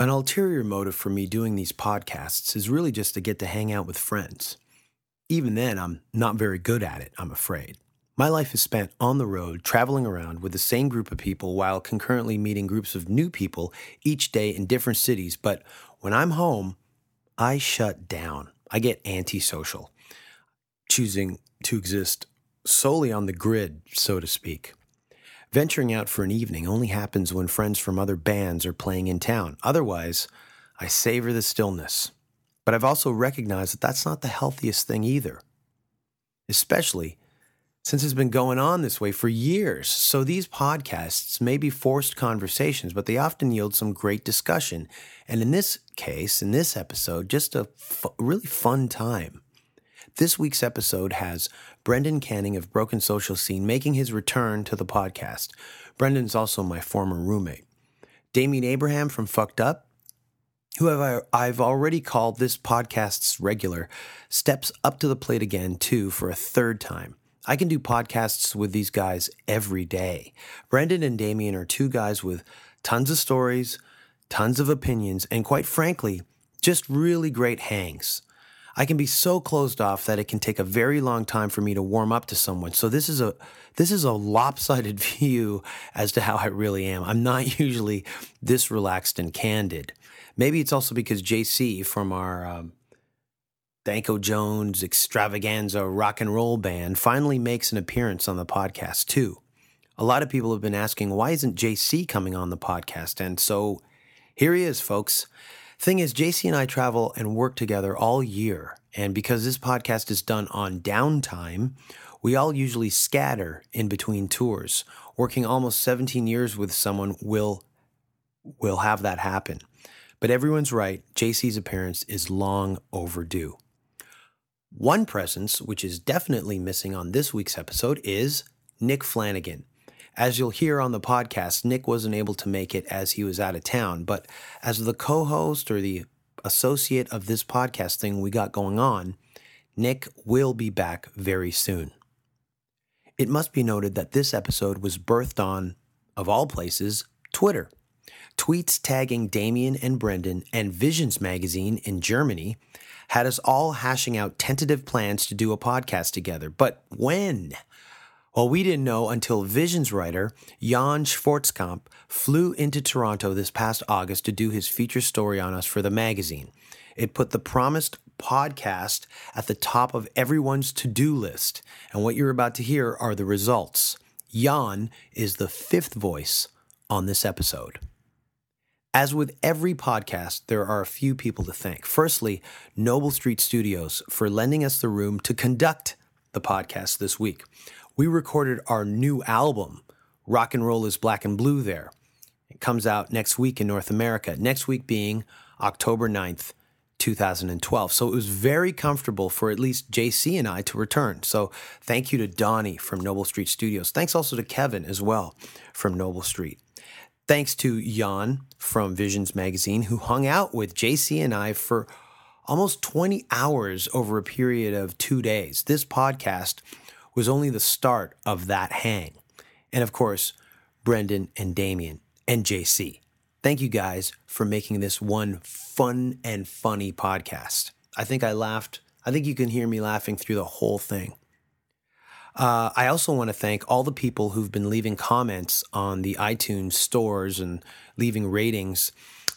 An ulterior motive for me doing these podcasts is really just to get to hang out with friends. Even then, I'm not very good at it, I'm afraid. My life is spent on the road, traveling around with the same group of people while concurrently meeting groups of new people each day in different cities. But when I'm home, I shut down. I get antisocial, choosing to exist solely on the grid, so to speak. Venturing out for an evening only happens when friends from other bands are playing in town. Otherwise, I savor the stillness. But I've also recognized that that's not the healthiest thing either, especially since it's been going on this way for years. So these podcasts may be forced conversations, but they often yield some great discussion. And in this case, in this episode, just a fu- really fun time. This week's episode has Brendan Canning of Broken Social Scene making his return to the podcast. Brendan's also my former roommate. Damien Abraham from Fucked Up, who have I, I've already called this podcast's regular, steps up to the plate again, too, for a third time. I can do podcasts with these guys every day. Brendan and Damien are two guys with tons of stories, tons of opinions, and quite frankly, just really great hangs. I can be so closed off that it can take a very long time for me to warm up to someone. So this is a this is a lopsided view as to how I really am. I'm not usually this relaxed and candid. Maybe it's also because JC from our um, Danko Jones extravaganza rock and roll band finally makes an appearance on the podcast too. A lot of people have been asking why isn't JC coming on the podcast, and so here he is, folks. Thing is, JC and I travel and work together all year. And because this podcast is done on downtime, we all usually scatter in between tours. Working almost 17 years with someone will will have that happen. But everyone's right, JC's appearance is long overdue. One presence, which is definitely missing on this week's episode, is Nick Flanagan. As you'll hear on the podcast, Nick wasn't able to make it as he was out of town, but as the co host or the associate of this podcast thing we got going on, Nick will be back very soon. It must be noted that this episode was birthed on, of all places, Twitter. Tweets tagging Damien and Brendan and Visions magazine in Germany had us all hashing out tentative plans to do a podcast together. But when? Well, we didn't know until Visions writer Jan Schwartzkamp flew into Toronto this past August to do his feature story on us for the magazine. It put the promised podcast at the top of everyone's to do list. And what you're about to hear are the results. Jan is the fifth voice on this episode. As with every podcast, there are a few people to thank. Firstly, Noble Street Studios for lending us the room to conduct the podcast this week. We recorded our new album, Rock and Roll is Black and Blue, there. It comes out next week in North America, next week being October 9th, 2012. So it was very comfortable for at least JC and I to return. So thank you to Donnie from Noble Street Studios. Thanks also to Kevin as well from Noble Street. Thanks to Jan from Visions Magazine, who hung out with JC and I for almost 20 hours over a period of two days. This podcast was only the start of that hang. And of course, Brendan and Damien and JC. Thank you guys for making this one fun and funny podcast. I think I laughed. I think you can hear me laughing through the whole thing. Uh, I also want to thank all the people who've been leaving comments on the iTunes stores and leaving ratings.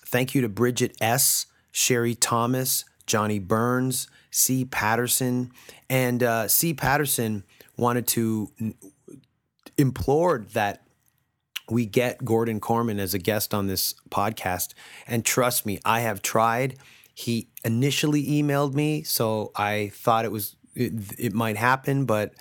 Thank you to Bridget S., Sherry Thomas, Johnny Burns, C. Patterson. And uh, C. Patterson wanted to implored that we get Gordon Corman as a guest on this podcast. And trust me, I have tried. He initially emailed me, so I thought it was it, it might happen, but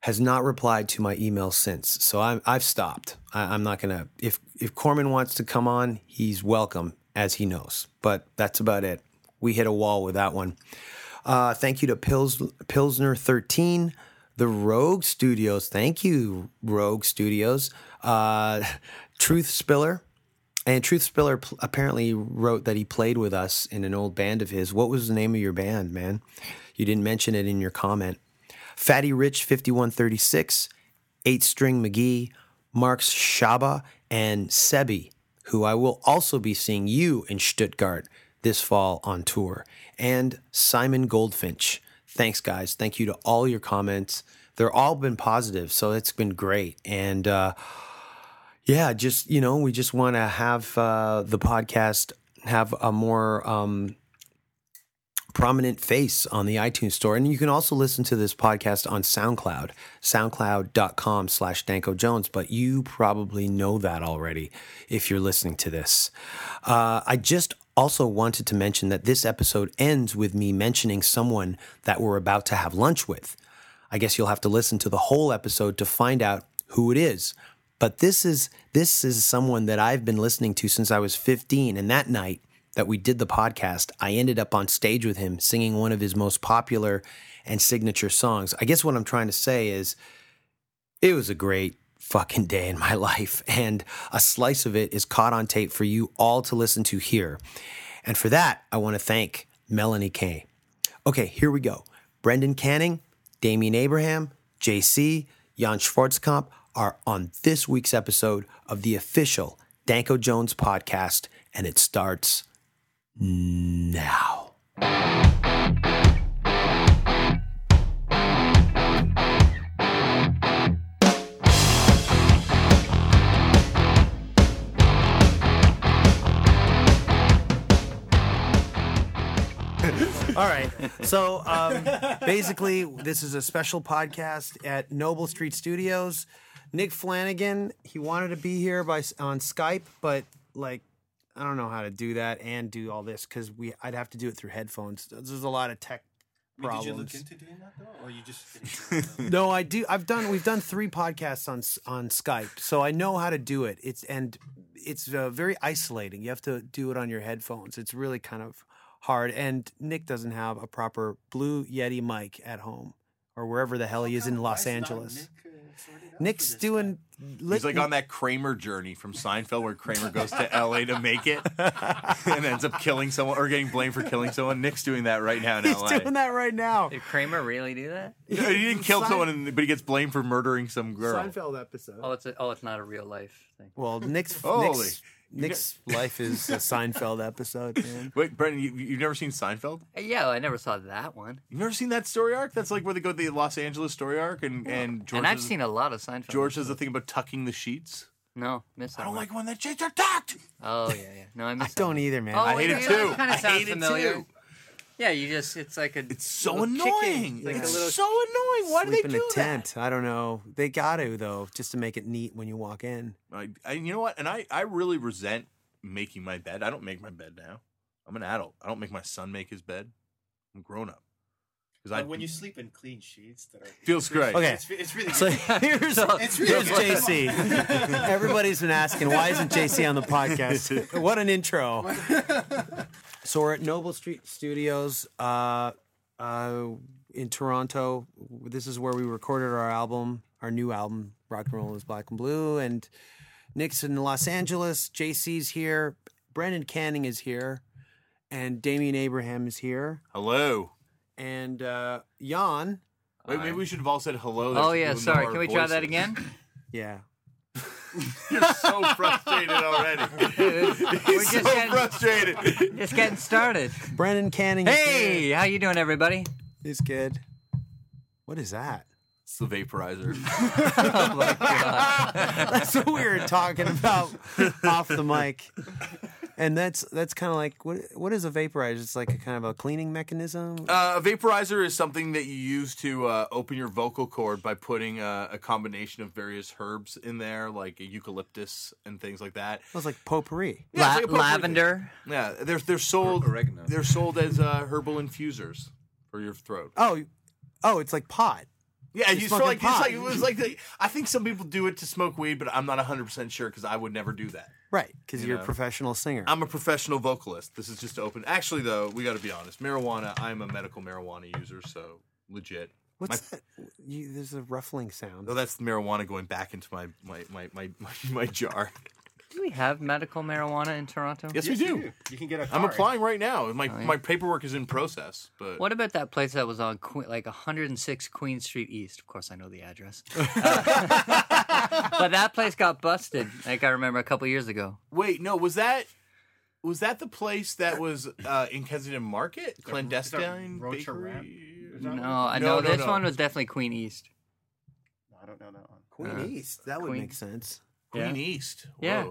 has not replied to my email since. So I'm, I've stopped. I, I'm not gonna. If if Corman wants to come on, he's welcome, as he knows. But that's about it. We hit a wall with that one. Uh, thank you to Pils, Pilsner thirteen, the Rogue Studios. Thank you, Rogue Studios. Uh, Truth Spiller. And Truth Spiller pl- apparently wrote that he played with us in an old band of his. What was the name of your band, man? You didn't mention it in your comment. Fatty Rich 5136, Eight String McGee, Marks Shaba, and Sebi, who I will also be seeing you in Stuttgart this fall on tour, and Simon Goldfinch. Thanks, guys. Thank you to all your comments. They're all been positive, so it's been great. And uh, yeah, just you know, we just want to have uh, the podcast have a more um, prominent face on the iTunes store. And you can also listen to this podcast on SoundCloud, soundcloud.com slash Danko Jones, but you probably know that already if you're listening to this. Uh, I just also wanted to mention that this episode ends with me mentioning someone that we're about to have lunch with. I guess you'll have to listen to the whole episode to find out who it is. But this is this is someone that I've been listening to since I was 15 and that night that we did the podcast, I ended up on stage with him singing one of his most popular and signature songs. I guess what I'm trying to say is it was a great fucking day in my life, and a slice of it is caught on tape for you all to listen to here. And for that, I want to thank Melanie Kay. Okay, here we go. Brendan Canning, Damien Abraham, JC, Jan Schwartzkamp are on this week's episode of the official Danko Jones podcast, and it starts now. All right. So um, basically, this is a special podcast at Noble Street Studios. Nick Flanagan, he wanted to be here by on Skype, but like I don't know how to do that and do all this because we I'd have to do it through headphones. There's a lot of tech Did you look problems. into doing that though, or you just? finished doing No, I do. I've done. We've done three podcasts on s- on Skype, so I know how to do it. It's and it's uh, very isolating. You have to do it on your headphones. It's really kind of hard. And Nick doesn't have a proper Blue Yeti mic at home or wherever the hell he Oh, is in Los Angeles. Nick's doing. He's like on that Kramer journey from Seinfeld where Kramer goes to LA to make it and ends up killing someone or getting blamed for killing someone. Nick's doing that right now in He's LA. doing that right now. Did Kramer really do that? Yeah, He didn't kill Sein- someone, and- but he gets blamed for murdering some girl. Seinfeld episode. Oh, it's a, oh, it's not a real life thing. Well, Nick's Holy. Nick's, Nick's life is a Seinfeld episode. Man. Wait, Brendan, you, you've never seen Seinfeld? Uh, Yeah, I never saw that one. You've never seen that story arc? That's like where they go to the Los Angeles story arc, and and George. and I've does- seen a lot of Seinfeld. George does the thing about tucking the sheets. no, miss that I don't one. like when the sheets are tucked. Oh yeah, yeah. No, I I miss. that don't one. either, man. Oh, I hate it yeah, too. That kind I of sounds hate it familiar. too. Yeah, you just e- it's like a. It's so little kicking, annoying. like a it's little- so annoying. Why do they Sleep do in a that? tent. I don't know. They got to though, just to make it neat when you walk in. I, I you know what? And I, I really resent making my bed. I don't make my bed now. I'm an adult. I don't make my son make his bed. I'm grown up. Because I Like when you sleep in clean sheets that are feels great. Okay. It's, it's really So good. here's, It's really here's good. JC. Everybody's been asking, why isn't JC on the podcast? What an intro. So we're at Noble Street Studios uh, uh, in Toronto. This is where we recorded our album, our new album, Rock and Roll is Black and Blue. And Nick's in Los Angeles. JC's here. Brendan Canning is here. And Damien Abraham is here. Hello. And uh, Jan. Wait, maybe we should have all said hello. That's Oh yeah, people know sorry. our Can we try that voices. again? Yeah. You're so frustrated already. We're just so getting, frustrated. just getting started. Brendan Canning is here. Hey, how you doing, everybody? He's good. What is that? It's the vaporizer. Oh my god. That's what we were talking about off the mic. And that's that's kind of like what what is a vaporizer? It's like a kind of a cleaning mechanism. Uh, a vaporizer is something that you use to uh, open your vocal cord by putting uh, a combination of various herbs in there, like eucalyptus and things like that. It was like potpourri. Yeah, it's La- like a potpourri lavender. Yeah, they're they're sold oregano. They're sold as uh, herbal infusers for your throat. Oh, oh, it's like pot. yeah, you smoking feel like, it's pot. like it was like the, I think some people do it to smoke weed, but I'm not 100 percent sure because I would never do that. Right, because you are know. a professional singer. I'm a professional vocalist. This is just to open. Actually, though, we got to be honest. Marijuana. I'm a medical marijuana user, so legit. What's that? You, there's a ruffling sound. Oh, that's the marijuana going back into my my my my, my, my jar. Do we have medical marijuana in Toronto? Yes, we do. Oh, You can get a card. I'm applying right now. My my paperwork is in process, but What about that place that was on que- like 106 Queen Street East? Of course, I know the address. Uh, but that place got busted. Like I remember a couple years ago. wait, no, was that was that the place that was uh, in Kensington Market, Is that clandestine Roach or Ramp? bakery? Is No, that one? I No, know no, this no. one was definitely Queen East. No, I don't know that one. Queen Uh, East. That would Queen- make sense. Queen Yeah. East. Whoa. Yeah.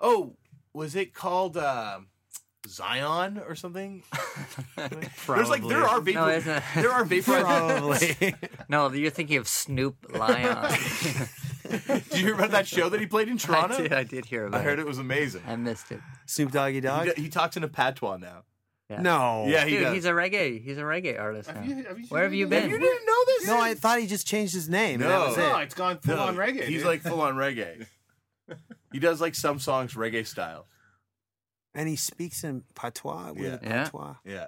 Oh, was it called uh, Zion or something? There's like there are vapor. No, isn't it? there are vaporizers. Probably. No, you're thinking of Snoop Lion. Do you hear about that show that he played in Toronto? I did, I did hear about I heard it. it was amazing. I missed it. Snoop Doggy Dog? He, he talks in a patois now. No. Yeah, he Oh. Dude, does. he's a reggae. He's a reggae artist now. Have you- have you Where seen have you him? been? Have you didn't know this? No, I thought he just changed his name. and No. that was No, it. Oh, it's gone full on reggae. He's dude. like full on reggae. he does like some songs reggae style. And he speaks in patois with Yeah. a Yeah. patois. Yeah.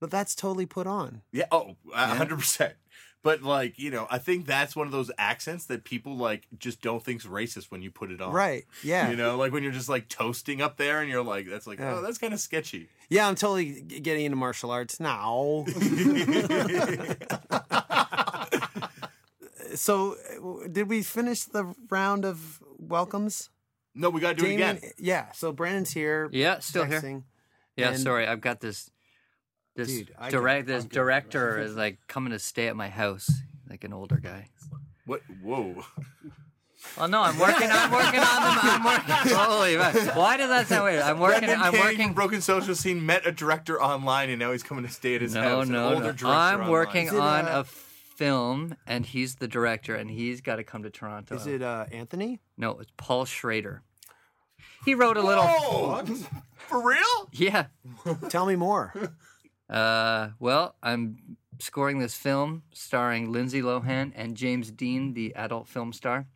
But that's totally put on. Yeah. Oh, a hundred percent. But like you know, I think that's one of those accents that people like just don't think's racist when you put it on. Right. Yeah. Oh. You know, like when you're just like toasting up there, and you're like, that's like, Yeah. oh, that's kind of sketchy. Yeah, I'm totally g- getting into martial arts now. so, uh, w- did we finish the round of welcomes? No, we gotta do it again. Yeah. So Brandon's here. Yeah, still here. texting. Yeah, And- sorry, I've got this this Dude, I get- direct this I'm good. director is like coming to stay at my house, like an older guy. What? Whoa. Well, no, I'm working. I'm working on them. I'm working. Holy, man. why does that sound weird? I'm working. Brendan I'm Kane, working. Broken Social Scene met a director online, and now he's coming to stay at his No, house. an no, older no. director I'm online. working Is it, on uh, a film, and he's the director, and he's got to come to Toronto. Is it uh, Anthony? No, it's Paul Schrader. He wrote a little. Oh, for real? Yeah. Tell me more. Uh, well, I'm scoring this film starring Lindsay Lohan and James Dean, the adult film star.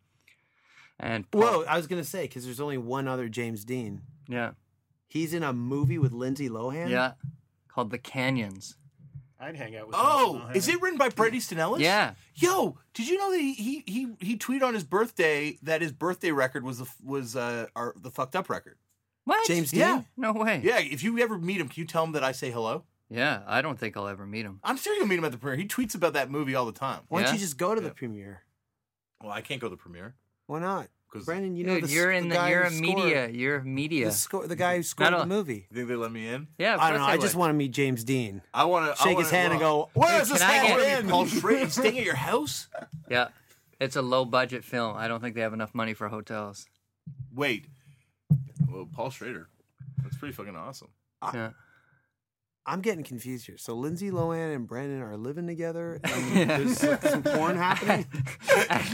And Paul- Whoa, I was gonna say because there's only one other James Dean. yeah, He's in a movie with Lindsay Lohan. yeah, called The Canyons. I'd hang out with. Oh, National is it written by Brady Easton Ellis? Yeah. Yo, did you know that he he he, he tweeted on his birthday that his birthday record was the f- was uh our, the fucked up record? What? James Dean. Yeah. No way. Yeah, if you ever meet him, can you tell him that I say hello? Yeah, I don't think I'll ever meet him. I'm sure you'll meet him at the premiere. He tweets about that movie all the time. Why don't Yeah. you just go to Yeah. the premiere? Well, I can't go to the premiere Why not? 'Cause- Brandon, you You know Dude, the, s- you're in the the, guy you're who a scored- media. You're a media. The, score, the guy who scored the only- movie. You think they let me in? yeah, of I don't know. course I would. just want to meet James Dean. I want to Shake his hand and go, Where's Hey, this can I hand? get- in? Paul Schrader staying at your house? Yeah, it's a low budget film. I don't think they have enough money for hotels. Wait, well, Paul Schrader. That's pretty fucking awesome. Ah. Yeah. I'm getting confused here. So Lindsay Lohan and Brandon are living together, and there's some porn happening.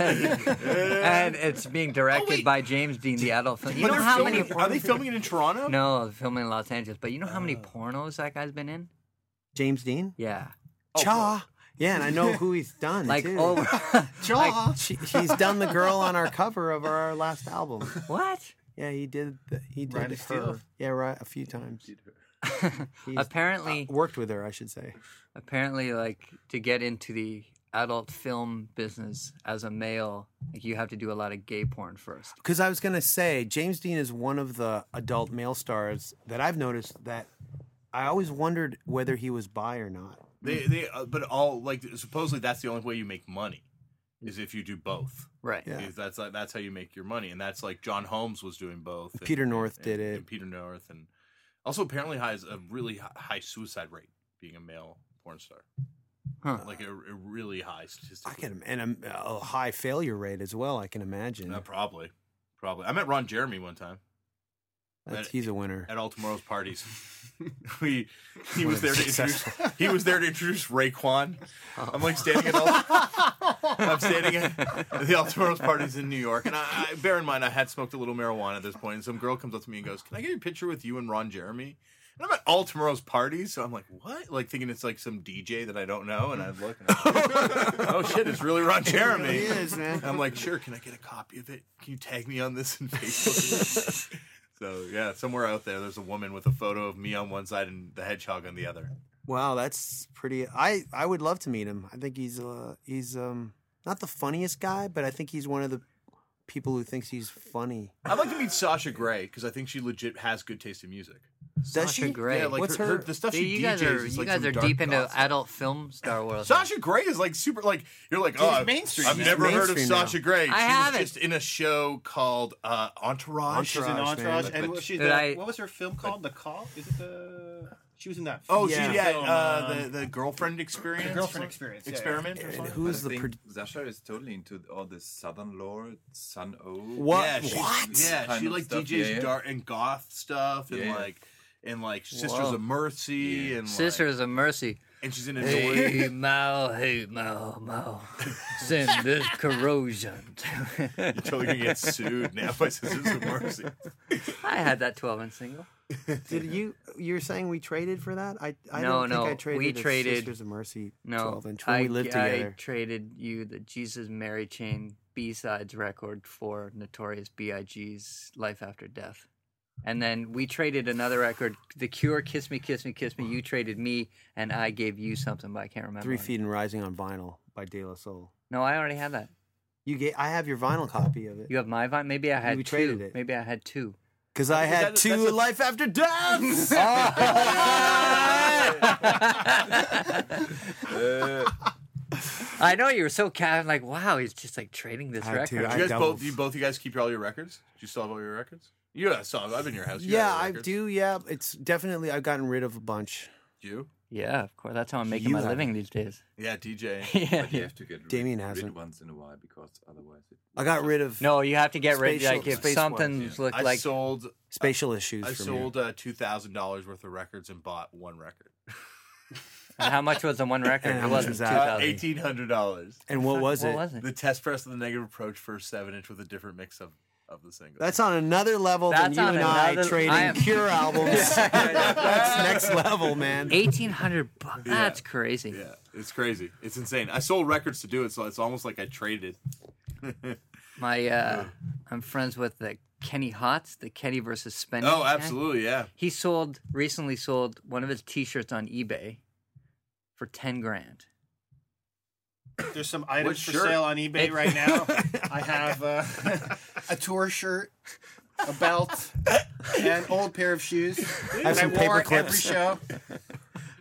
and it's Oh, being directed wait. by James Dean, the adult film. You But know they're how many? filming- are they filming it in Toronto? No, they're filming in Los Angeles, but you know how Oh. many pornos that guy's been in? James Dean, Yeah, Cha, yeah, and I know who he's done. like oh, too. over. Cha, she, he's done the girl on our cover of our last album. what? Yeah, he did. The, he did Ride her. of Steel. Yeah, right. A few times. He's Apparently, worked with her, I should say. apparently, like to get into the adult film business as a male, like you have to do a lot of gay porn first. Because I was gonna say James Dean is one of the adult male stars that I've noticed that I always wondered whether he was bi or not. They, they, uh, but all like supposedly that's the only way you make money, is if you do both. Right. Yeah. Is That's like, that's how you make your money, and that's like John Holmes was doing both. and- Peter North and- did and it. Peter North, and also apparently has a really hi- high suicide rate being a male porn star, Huh. like a, a really high statistic. I can and a, a high failure rate as well. I can imagine. Uh, probably, probably. I met Ron Jeremy one time That's, he's a winner. at all tomorrow's parties. we he was there to introduce he was there to introduce Raekwon. I'm like standing at all I'm standing at the all tomorrow's parties in New York, and I, I bear in mind I had smoked a little marijuana at this point, and some girl comes up to me and goes, "Can I get a picture with you and Ron Jeremy?" And I'm at all tomorrow's parties, so I'm like, "What?" Like thinking it's like some DJ that I don't know, and I look, and I'm like, "Oh shit, it's really Ron Jeremy." He is, man. And I'm like, "Sure, can I get a copy of it? Can you tag me on this in Facebook?" So yeah, somewhere out there, there's a woman with a photo of me on one side and the hedgehog on the other. Wow, that's pretty. I I would love to meet him. I think he's uh he's um not the funniest guy, but I think he's one of the people who thinks he's funny. I'd like to meet Sasha Grey because I think she legit has good taste in music. Does Sasha she? Gray. Yeah, like What's her, her- the stuff Dude, she you DJs guys are is you like guys some are dark deep into gospel. adult film star world. Sasha Grey is like super like you're like oh She's I've- mainstream I've now. never heard of Mainstream now. Sasha Grey. I she haven't. was just in a show called uh, Entourage. She's in Entourage, Entourage, man. and But- what, she, Did the, I- what was her film called? The Call? Is it the? She was in that. Oh, feature she Yeah. yeah, film, uh, um, the the girlfriend experience, The Girlfriend Experience, yeah, yeah. experiment. Or And something? who is the I pro- think Sasha is totally into all this Southern lore, Sun O. What? Yeah, she's- What? Yeah, Kind she of like stuff, DJs yeah, yeah. dark and goth stuff and Yeah. like and like Sisters Whoa. of Mercy Yeah. and like, Sisters of Mercy. and she's in a Hey Mao, hey Mao, Mao, send this corrosion. to- You're totally gonna get sued now by Sisters of Mercy. I had that 12 inch single. Did you? You're saying we traded for that? I, I No, don't think no, I traded. we a traded- Sisters of Mercy. No, 12 inch when I, we lived I together. traded you the Jesus Mary Chain B sides record for Notorious B.I.G.'s Life After Death. And then we traded another record, The Cure, Kiss Me, Kiss Me, Kiss Me. You traded me, and I gave you something, but I can't remember. Three what it- Feet and Rising on vinyl by De La Soul. No, I already had that. You get. I have your vinyl copy of it You have my vine? Maybe I had We two. traded it. Maybe I had two. because I had that- two that's a- Life After Death. Uh, I know you were so calm, like, wow, he's just like trading this I had two. record. I you guys double- both, you both, you guys keep all your records. Do you still have all your records? Yeah, I saw. I've been in your house. You yeah, have your I records. do. Yeah, it's definitely. I've gotten rid of a bunch. You? Yeah, of course. That's how I'm making You my have living these days. Yeah, DJ. yeah. But you have to get rid, Damien rid hasn't. once in a while because otherwise it I got rid of No, you have to get ready. Spatial- Like, if space something ones, looked I like. sold. spatial issues. I for sold me. uh, two thousand dollars worth of records and bought one record. and how much was the one record? And how it much wasn't was that? Uh, 2000. Eighteen hundred dollars. And what was what it? was it? The test press of the negative approach for a seven inch with a different mix of, of the single. That's on another level than That's you on and I another- trading I am- Cure albums. That's next level, man. 1800 bucks. That's crazy. yeah, it's crazy. It's insane. I sold records to do it, so it's almost like I traded. My, uh, I'm friends with the Kenny Hots, the Kenny versus Spenny. Oh, guy. absolutely, yeah. He sold, recently sold one of his t shirts on eBay for 10 grand. There's some items What for shirt? sale on eBay It- right now. I have uh, a tour shirt, a belt, and an old pair of shoes. that some I wore paper at every clips. show.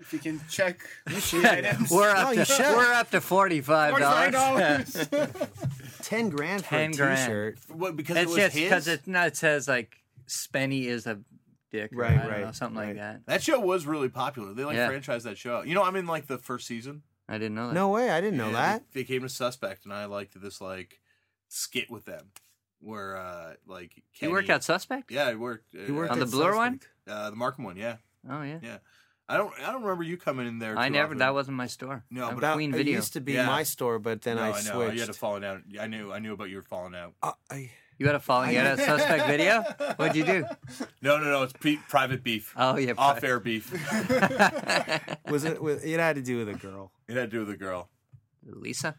If you can check the items. We're up, you to, should. we're up to $45. $45. Ten grand for 10 a grand. t-shirt. What because It's it was just because his. it's not. It says like Spenny is a dick, or, Right, I don't right, know, something like that. that show was really popular. They like Yeah. franchised that show. out. You know, I'm in like the first season. I didn't know that. No way, I didn't know and that. They, they came to Suspect, and I liked this like skit with them, where uh like he Kenny, worked out suspect. Yeah, he worked. uh, You worked On the at Blur Suspect. one? uh, the Markham one. Yeah, Oh yeah. I don't. I don't remember you coming in there. I too never. often. That wasn't my store. No, I'm but That- Queen it Video. used to be Yeah. my store, but then No, I I switched. know. You had a falling out. I knew. I knew about your falling out. Uh, I- You had a following. You had a suspect video. What'd you do? No, no, no. It's pre- private beef. Oh yeah. Off pri- air beef. was it? Was, it had to do with a girl. It had to do with a girl. Lisa.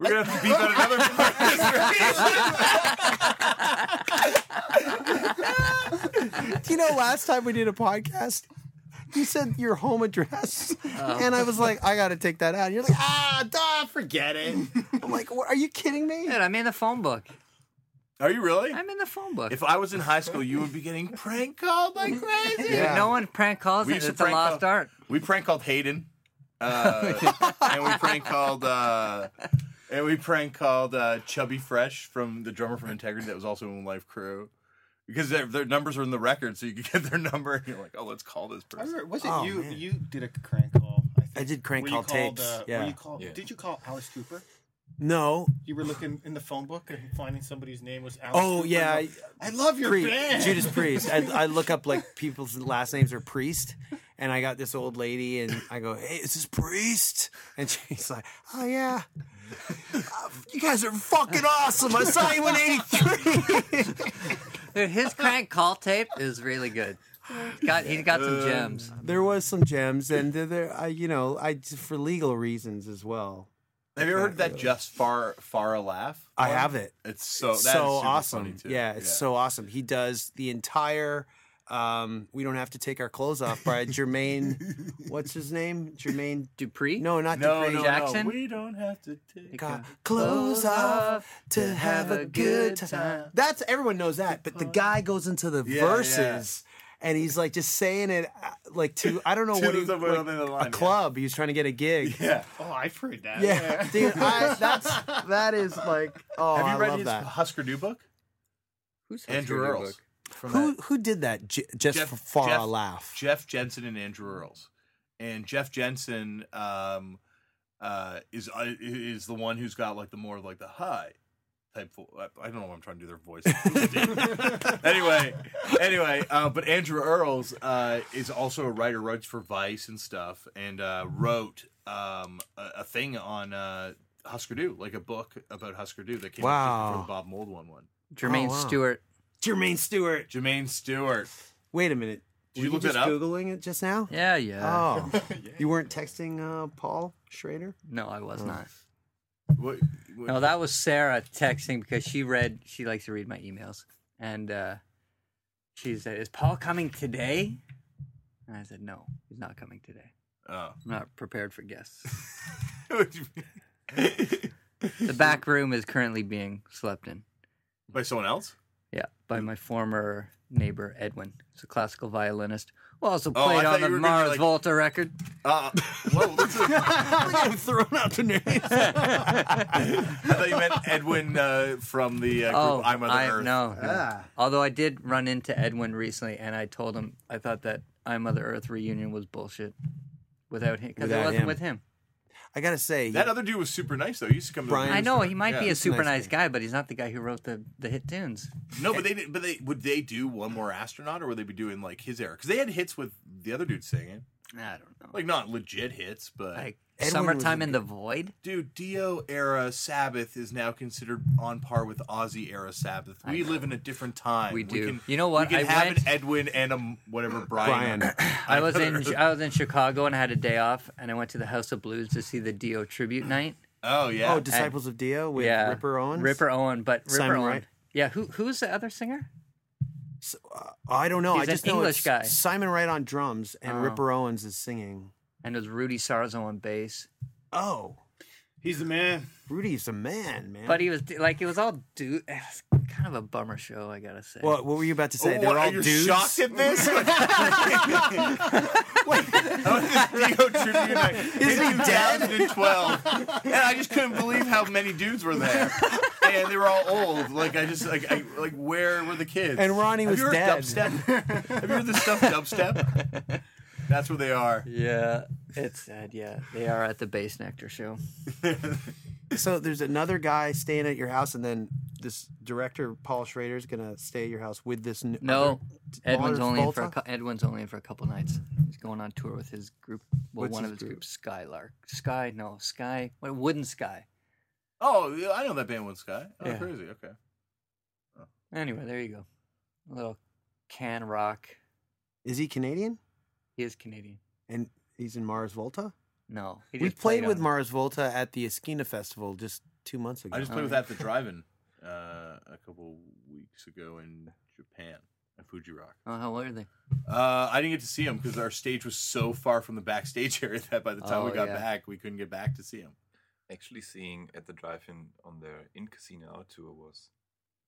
We're gonna have to beef out another part of this. Do you know last time we did a podcast? You said your home address, and I was like, I got to take that out. And you're like, ah, duh, forget it. I'm like, what, are you kidding me? Dude, I'm in the phone book. Are you really? I'm in the phone book. If I was in high school, you would be getting prank called like crazy. Yeah. No one prank calls We it. used to It's a prank lost call- art. We prank called Hayden, uh, and we prank called uh, and we prank called uh, Chubby Fresh from the drummer from Integrity that was also in Life Crew because their, their numbers are in the record, so you could get their number and you're like, oh, let's call this I person. remember, was it Oh, you? man. You did a crank call. I, think. I did crank Were you call called, tapes, uh, were yeah. you called- Yeah. Did you call Alice Cooper? No, You were looking in the phone book and finding somebody whose name was Alice. Oh Cooper. yeah, I, love your Priest, band. Judas Priest. I, I look up like people's last names are Priest, and I got this old lady, and I go, "Hey, is this Priest?" And she's like, "Oh yeah, Uh, you guys are fucking awesome. I saw you in '83." Dude, his crank call tape is really good. Got he's got Uh, some gems. there was some gems, and there, there I, you know, I for legal reasons as well. Have you ever heard that just far far a laugh? I have it. Oh, It's so that's so awesome. Yeah, it's so. so awesome. He does the entire um, "We Don't Have to Take Our Clothes Off" by Jermaine. what's his name? Jermaine. Dupree? No, not No, Dupri. no, Jackson? no. We don't have to take. God, clothes off to have a good time. That's everyone knows that, but the guy goes into the Yeah, verses and he's like just saying it uh, like to I don't know To what he, the- like, the line, a yeah. club. He's trying to get a gig. Yeah. Oh, I've heard that. Yeah, dude, I, that's that is like oh, Have you I read love his that. Husker Du book? Who's Andrew Husker Du Earls. book? From Who that- who did that? J- just Jeff- for far Jeff- a laugh. Jeff Jensen and Andrew Earls, and Jeff Jensen um, uh, is uh, is the one who's got like the more of, like the high type. Vo- I- I don't know what I'm trying to do their voice. anyway, anyway, uh, but Andrew Earls uh, is also a writer, writes for Vice and stuff, and uh, wrote um, a, a thing on uh, Husker Du, like a book about Husker Du that came out Wow. just before the Bob Mold one. One Jermaine Oh, wow. Stewart. Jermaine Stewart. Jermaine Stewart. Wait a minute. Did Were you look just that up? Googling it just now? Yeah, yeah. Oh, you weren't texting uh, Paul Schrader? No, I Oh. was not. What, what- No, that was Sarah texting because she read. She likes to read my emails, and uh, she said, "Is Paul coming today?" And I said, "No, he's not coming today. oh. I'm not prepared for guests. The back room is currently being slept in. By someone else? Yeah, by my former neighbor Edwin. He's a classical violinist who also Oh, I played thought on you the were gonna be Mars like- Volta record. Uh, whoa, that's a- I'm thrown out the names. I thought you meant Edwin uh, from the uh, group Oh, I'm Mother I, Earth. no. no. Ah. Although I did run into Edwin recently, and I told him I thought that I Mother Earth reunion was bullshit without him because it Without wasn't him. with him. I gotta say, That other dude was super nice though. He used to come. to the Brian- I grocery know store. he might Yeah. be a super nice nice guy, but he's not the guy who wrote the, the hit tunes. No, but they didn't. But they would they do one more astronaut, or would they be doing like his era? Because they had hits with the other dude singing, I don't know. like not legit hits, but Like Edwin summertime was a in the void. dude, Dio era Sabbath is now considered on par with Ozzy era Sabbath. We live in a different time. We do. can- You know what? We can I have went- an Edwin and a m- whatever Brian. Brian, I was in I was in Chicago and I had a day off, and I went to the House of Blues to see the Dio tribute night. Oh yeah. oh, Disciples of Dio with yeah, Ripper Owens. Ripper Owen, but Ripper Simon Owen. Wright. Yeah, who who's the other singer? Oh, I don't know. He's I an just know English it's guy. Simon Wright on drums and Ripper Owens is singing. And it was Rudy Sarzo on bass. Oh, He's the man. Rudy's a man, man. But he was like, it was all dude. It was kind of a bummer show, I gotta say. what, what were you about to say? Oh, They're what, all are you dudes. shocked at this? Wait, how did Dio tribute night Is he in 2012? And I just couldn't believe how many dudes were there, and they were all old. Like I just like I, like where were the kids? And Ronnie Have was you heard dead. Dubstep? Have you heard the stuff dubstep? That's where they are. Yeah, it's sad. Yeah, they are at the Bass Nectar show. So there's another guy staying at your house, and then this director Paul Schrader is gonna stay at your house with this. N- No, Edwin's Mars only in for a, Volta? cou- Edwin's only in for a couple nights. He's going on tour with his group. Well, What's one his of his group? groups, Skylark. Sky, no, Sky. What Wooden Sky? Oh, yeah, I know that band One Sky. Oh, Yeah. crazy. Okay. Anyway, there you go. A little can rock. Is he Canadian? He is Canadian. And he's in Mars Volta. No, he We just played with on- Mars Volta at the Esquina Festival just two months ago. I just played with that at the drive-in uh, a couple weeks ago in Japan at Fuji Rock. Oh, how old are they? Uh, I didn't get to see him because our stage was so far from the backstage area that by the time we Oh, got yeah. back, we couldn't get back to see him. Actually, seeing at the drive-in on their in casino out tour was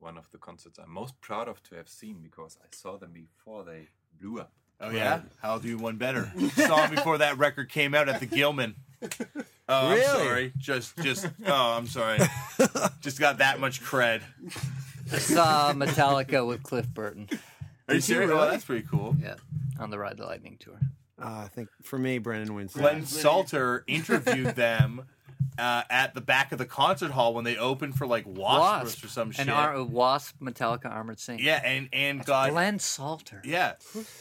one of the concerts I'm most proud of to have seen because I saw them before they blew up. Oh yeah, how do you one better? Saw him before that record came out at the Gilman. Oh, Really? I'm sorry. Just, just. Oh, I'm sorry. just got that much cred. I saw Metallica with Cliff Burton. Are you serious? Oh, that's pretty cool. Yeah, on the Ride the Lightning tour. Uh, I think for me, Brennan wins. that. Glenn Salter interviewed them uh, at the back of the concert hall when they opened for like Wasp, Wasp or some shit. And our Wasp, Metallica, Armored Saint. yeah, and and God, Glenn Salter. yeah,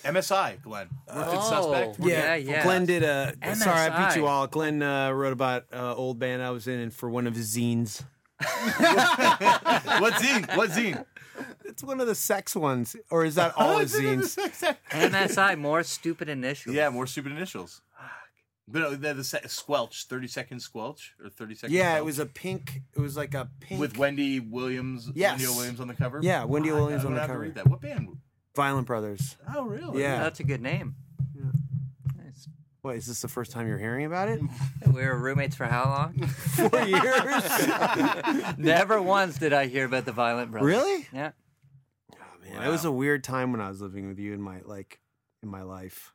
MSI Glenn worked in Oh. Suspect. Yeah, Yeah, yeah. Glenn did a. Sorry, I beat MSI. you all. Glenn uh, wrote about uh, old band I was in and for one of his zines. What zine? What zine? It's one of the sex ones, or Oh, is that all his zines? MSI, more stupid initials. Yeah, more stupid initials. But uh, the, the se- squelch, thirty second squelch or thirty second. Yeah, it was a pink. It was like a pink with Wendy Williams. Yes. Wendy Williams on the cover. Yeah, Wendy My Williams God, on I'm the gonna have to cover. read that. What band? Violent Brothers. Oh, really? Yeah. That's a good name. Nice. Wait, is this the first time you're hearing about it? We were roommates for how long? Four years? Never once did I hear about the Violent Brothers. really? Yeah. Man, It was a weird time when I was living with you in my like in my life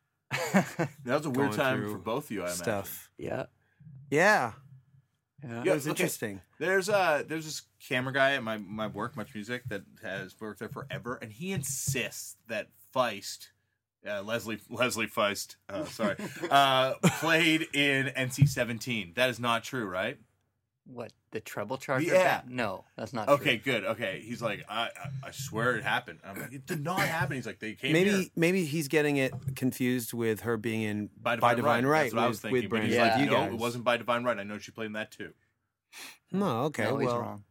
That was a weird Going time through for both of you, I imagine. stuff. Yeah. Yeah, Yeah. it Yeah, was okay. interesting. There's uh there's this camera guy at my, my work, Much Music, that has worked there forever, and he insists that Feist, uh, Leslie Leslie Feist, uh, sorry, uh, played in NC-17. That is not true, right? What the treble charger? Yeah. band? No, that's not Okay, good. Okay, he's like, I I, I swear it happened. I'm like, it did not happen. He's like, they came Maybe here. maybe he's getting it confused with her being in By divine, right. That's what with, I was thinking. with but Brandy. he's Brandy. like like, you no, guys. it wasn't by divine right. I know she played in that too. No, true. okay. Always well, wrong.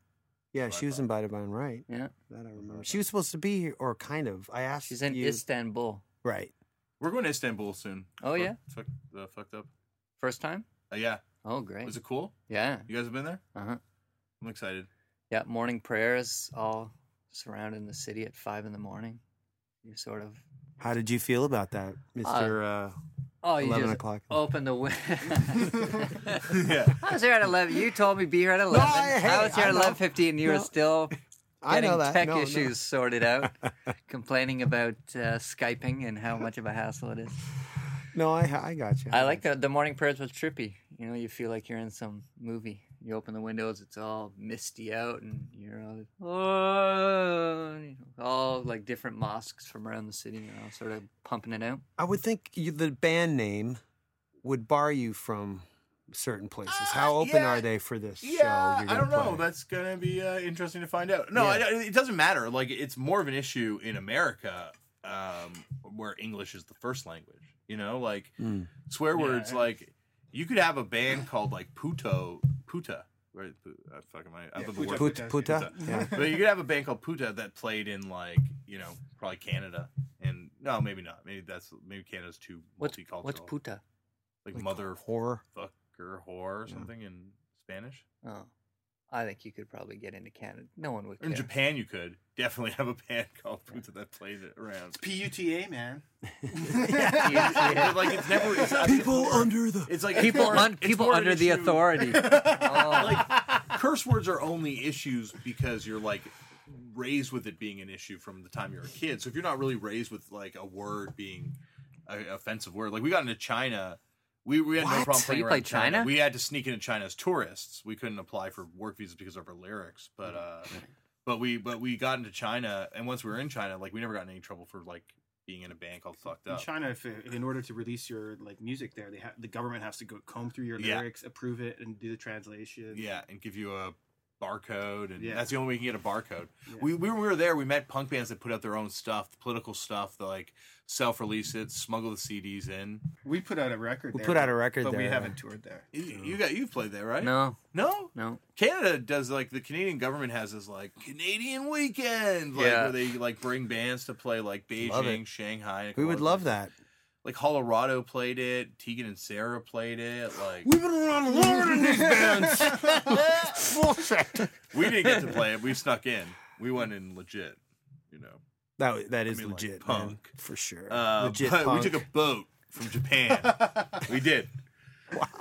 yeah, That's she what I was in by divine right. Yeah. That I remember. She was supposed to be here, or kind of. I asked. She's in you, Istanbul. right. We're going to Istanbul soon. Oh, Fuck- yeah? fuck, uh, fucked up. First time? Uh, yeah, Oh, great. was it cool? Yeah. You guys have been there? Uh huh. I'm excited. Yeah. Morning prayers all surrounding the city at five in the morning. You sort of. How did you feel about that, Mister uh, Oh, you Eleven just O'clock? open the window. yeah. I was here at eleven. You told me be here at eleven. I- hey, I was here I at know. eleven fifteen. You were No. still I getting know that. tech No, no. issues sorted out, complaining about uh, skyping and how much of a hassle it is. No, I I got you. I like the the morning prayers was trippy. You know, you feel like you're in some movie. You open the windows, it's all misty out, and you're all oh, you know, all like different mosques from around the city. You know, sort of pumping it out. I would think you, the band name would bar you from certain places. How Uh, open yeah. are they for this show? Yeah, you're I gonna don't know. play? That's gonna be uh, interesting to find out. No, Yeah. I- I- it doesn't matter. Like it's more of an issue in America, um, where English is the first language. You know, like Mm. swear Yeah, words. I- Like you could have a band called like Puto Puta. Right? Pu- I fucking my. I Yeah, thought the Puta. word. Puta, puta. Puta. Yeah. but you could have a band called Puta that played in like you know probably Canada and no maybe not maybe that's maybe Canada's too What's multicultural what's puta? like, mother horror. fucker whore or Yeah. something in Spanish. Oh, I think you could probably get into Canada. No one would. In Care. Japan, you could definitely have a band called Puta that plays it around. P-U-T-A, man. But, like it's never. It's, People under the. it's like People, it's more- un- it's people more an under the issue- authority. Oh. Curse words are only issues because you're like raised with it being an issue from the time you're a kid. So if you're not really raised with like a word being an offensive word, like we got into China. We, we had no What? problem So playing you around played China. China? We had to sneak into China as tourists. We couldn't apply for work visas because of our lyrics, but uh, but we but we got into China, and once we were in China, like we never got in any trouble for like being in a band called Fucked In Up. China, if, in order to release your like music there, they ha- the government has to go comb through your Yeah. lyrics, approve it, and do the translation. Yeah, and give you a barcode, and Yeah. that's the only way you can get a barcode. Yeah. We, we when we were there. We met punk bands that put out their own stuff, political stuff. They like self release it, smuggle the CDs in. We put out a record. We there, put out a record but we there. haven't toured there. You, you got you've played there, right? No, no. no. Canada does like the Canadian government has this like Canadian weekend, like Yeah. where they like bring bands to play like Love Beijing, it. Shanghai. and We all would those love places. that. Like Colorado played it, Tegan and Sarah played it. Like We've been around longer than these bands. Bullshit. we didn't get to play it. We snuck in. We went in legit, you know. That wa- that is mean, like, legit, man, punk. for sure. Uh, legit but punk. We took a boat from Japan. we did.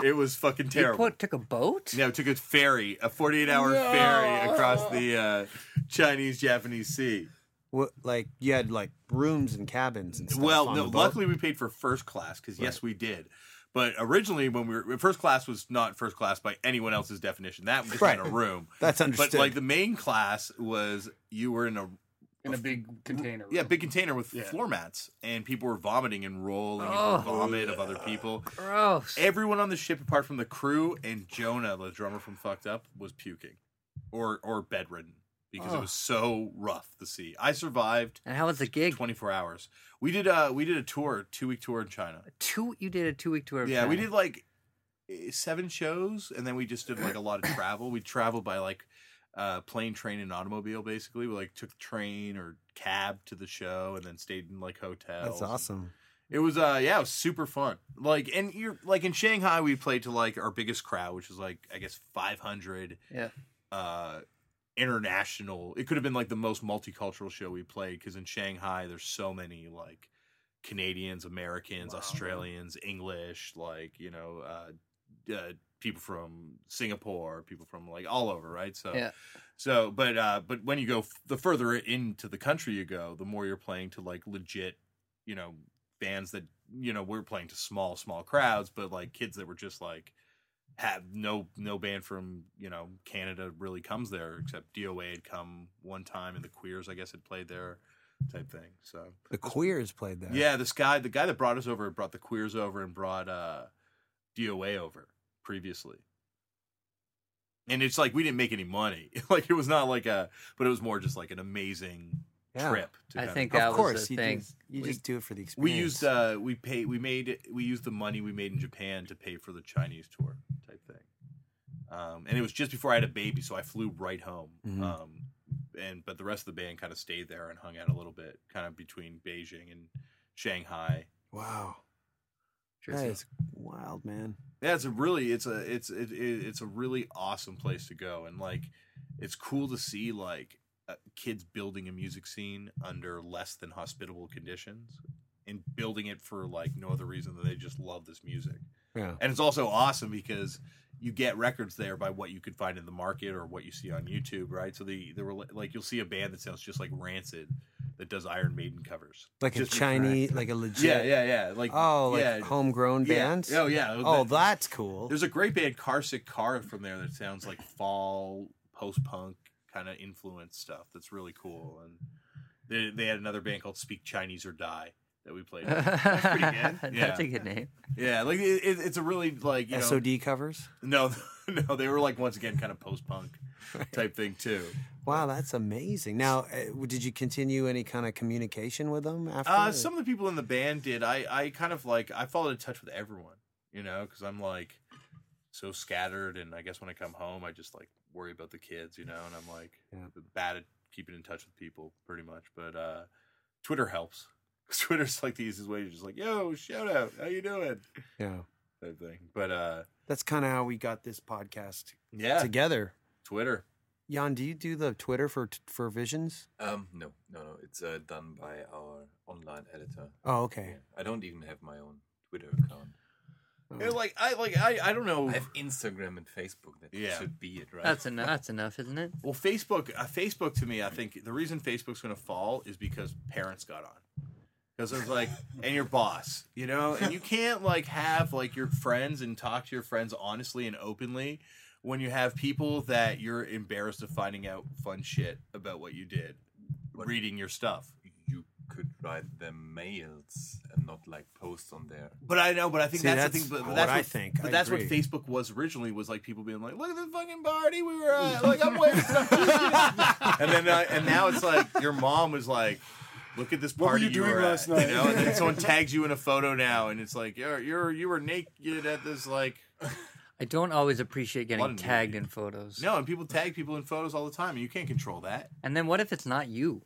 It was fucking You terrible. put, took a boat. Yeah, we took a ferry, a 48 hour ferry across the uh, Chinese Japanese Sea. What, like you had like rooms and cabins and stuff. well, on no, the boat. luckily we paid for first class because, yes, we did. But originally, when we were first class, was not first class by anyone else's definition. That was just in Right. a room. that's understood. But like the main class was you were in a In a big container. yeah big container with Yeah. floor mats, and people were vomiting and rolling Oh. and vomit of other people. Gross. everyone on the ship apart from the crew and Jonah, the drummer from Fucked Up, was puking or or bedridden because it Ugh. was so rough the sea. I survived and how was the gig? 24 hours. We did uh we did a tour, two week tour in China. Two. You did a two week tour. of Yeah, we China. did like eh, seven shows and then we just did like a lot of travel. We traveled by like uh plane, train and automobile basically. We like took the train or cab to the show and then stayed in like hotels. that's awesome. It was uh yeah, it was super fun. Like and you're like in Shanghai we played to like our biggest crowd, which was like I guess five hundred Yeah. uh international. It could have been like the most multicultural show we played because in Shanghai there's so many like Canadians, Americans, Wow. Australians, English, like you know, uh, uh, people from Singapore, people from like all over, right? So, Yeah. so but uh, but when you go f- the further into the country you go, the more you're playing to like legit, you know, bands that you know we're playing to small small crowds, but like kids that were just like have no no band from you know Canada really comes there except DOA had come one time and the Queers I guess had played there type thing. So The queers played there. yeah, this guy, the guy that brought us over, brought the queers over and brought uh, DOA over previously. And it's like we didn't make any money. Like it was not like a, but it was more just like an amazing Yeah. trip. To I kind of- think that Of was course, the you thing. just you We- just do it for the experience. we used uh, we paid we made we used the money we made in Japan to pay for the Chinese tour type thing. Um, and it was just before I had a baby, so I flew right home. Mhm. Um, and but the rest of the band kind of stayed there and hung out a little bit, kind of between Beijing and Shanghai. Wow, that Jersey. is wild, man. Yeah, it's a really it's a it's it, it, it's a really awesome place to go, and like it's cool to see like uh, kids building a music scene under less than hospitable conditions and building it for like no other reason than they just love this music. Yeah. And it's also awesome because you get records there by what you could find in the market or what you see on YouTube, right? So the the rela- like you'll see a band that sounds just like Rancid that does Iron Maiden covers, Like Just a be Chinese, like a legit. Yeah, yeah, yeah. Like Oh, like yeah, homegrown yeah. bands. Oh yeah. Oh, That- that's cool. there's a great band, Carsick Car, from there that sounds like fall post punk kind of influence stuff. That's really cool. And they, they had another band called Speak Chinese or Die that we played. with. That's pretty good. Yeah. a good name. yeah, like it, it, it's a really like you know, SOD covers. no no they were like once again kind of post punk type thing too. Wow, that's amazing. Now, uh, did you continue any kind of communication with them after? Uh, some of the people in the band did. I, I kind of like I followed in touch with everyone, you know, because I'm like so scattered, and I guess when I come home, I just like worry about the kids, you know, and I'm like Yeah. bad at keeping in touch with people, pretty much. But uh, Twitter helps. 'Cause Twitter's like the easiest way to just like, yo, shout out, how you doing? yeah, Type thing. But uh, that's kind of how we got this podcast yeah, together. Twitter. Jan, do you do the Twitter for for visions? Um, no, no, no. It's uh, done by our online editor. Oh, okay. I don't even have my own Twitter account. Oh. Oh. Yeah, like I like I I don't know. I have Instagram and Facebook. That Yeah. should be it, right? That's enough. That's enough, isn't it? Well, Facebook, uh, Facebook to me, I think the reason Facebook's going to fall is because parents got on. Because it was like, and your boss, you know, and you can't like have like your friends and talk to your friends honestly and openly when you have people that you're embarrassed of finding out fun shit about what you did, reading your stuff. you could write them mails and not like post on there. But I know, but I think See, that's, the that's thing. But, but what that's I what think. But I that's what agree. Facebook was originally was like people being like, "Look at the fucking party we were at!" Like I'm waiting. and then uh, and now it's like your mom was like, "Look at this What were party you doing were last at," night? You know, and then someone tags you in a photo now, and it's like, "You're you're you were naked at this like." I don't always appreciate getting What an tagged idiot. in photos. No, and people tag people in photos all the time, and you can't control that. And then what if it's not you?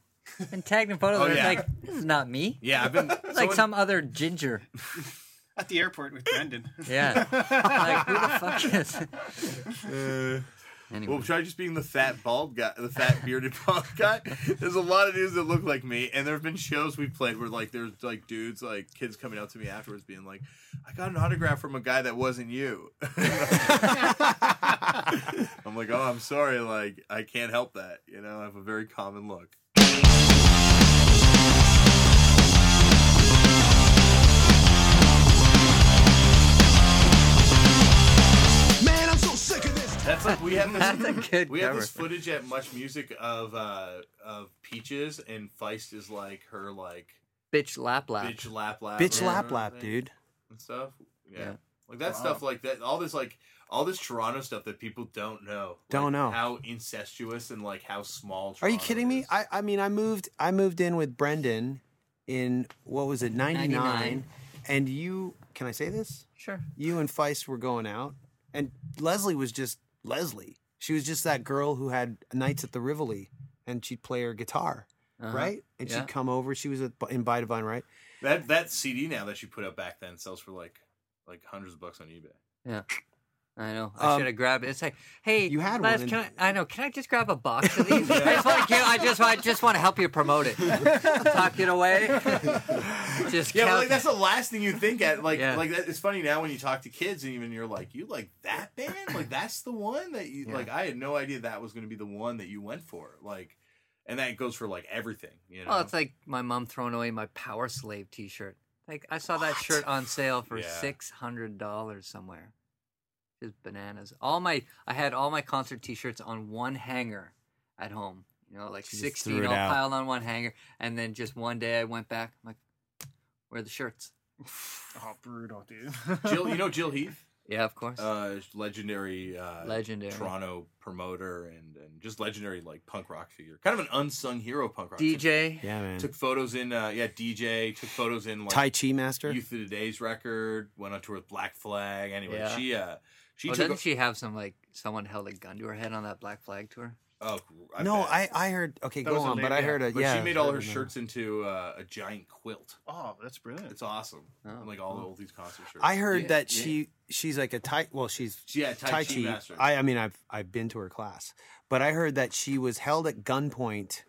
And tagged in photos, Oh, and it's yeah. like this is not me. Yeah, I've been It's like someone- some other ginger. At the airport with Brendan. Yeah. like who the fuck is? anyway, Well, try just being the fat bald guy, the fat bearded bald guy. There's a lot of dudes that look like me, and there have been shows we've played where like there's like dudes, like kids coming up to me afterwards, being like, "I got an autograph from a guy that wasn't you." I'm like, "Oh, I'm sorry, like I can't help that." You know, I have a very common look. That's like we have that's a this. good We have cover. this footage at Much Music of uh of Peaches and Feist is like her like bitch lap lap. bitch lap lap Bitch or lap whatever lap, thing dude. and stuff. Yeah. Yeah. Like that stuff like that all this like all this Toronto stuff that people don't know. like, Don't know. How incestuous and like how small Are you Toronto kidding me? is. I, I mean, I moved I moved in with Brendan in what was it, 99, 99. and you can I say this? Sure. You and Feist were going out and Leslie was just Leslie. She was just that girl who had nights at the Rivoli and she'd play her guitar, Uh-huh. right? And Yeah. she'd come over. She was at, in By Divine Right. that that CD now that she put out back then sells for like like hundreds of bucks on eBay. Yeah. I know. I Um, should have grabbed it. It's like, hey, You had Les, one Can in- I, I know. Can I just grab a box of these? I just want to. I just. I just want to help you promote it. Tuck it away. just Yeah, but count- like that's the last thing you think at. Like, Yeah. like that, it's funny now when you talk to kids and even you're like, you like that band? Like that's the one that you Yeah. like. I had no idea that was going to be the one that you went for. Like, and that goes for like everything. Oh, You know, Well, it's like my mom throwing away my Power Slave T-shirt. Like I saw that shirt on sale for Yeah. six hundred dollars somewhere. Just bananas. All my I had all my concert T-shirts on one hanger at home. You know, like She just sixteen threw it all out. piled on one hanger, and then just one day I went back. I'm like, where are the shirts? Oh, brutal, dude. Jill, you know Jill Heath, Yeah, of course. uh, legendary, uh, Legendary. Toronto promoter and and just legendary like punk rock figure, kind of an unsung hero punk rock Took- DJ. Yeah, man. Took photos in, uh, yeah, DJ. Took photos in like Tai Chi master. Youth of the Days record. Went on tour with Black Flag. Anyway, Yeah. she uh, she Oh, Well, took. Oh, doesn't she have some like someone held a gun to her head on that Black Flag tour? oh, I no, bet. I I heard. Okay, That go was a on. But lady, I yeah. heard a But yeah. she made all I her heard a- shirts into uh, a giant quilt. oh, that's brilliant. It's awesome. Oh, like all cool. the oldies concert shirts. I heard Yeah, that yeah. she she's like a Tai. Well, she's She had Tai, Chi, master. I, I mean, I've I've been to her class, but I heard that she was held at gunpoint,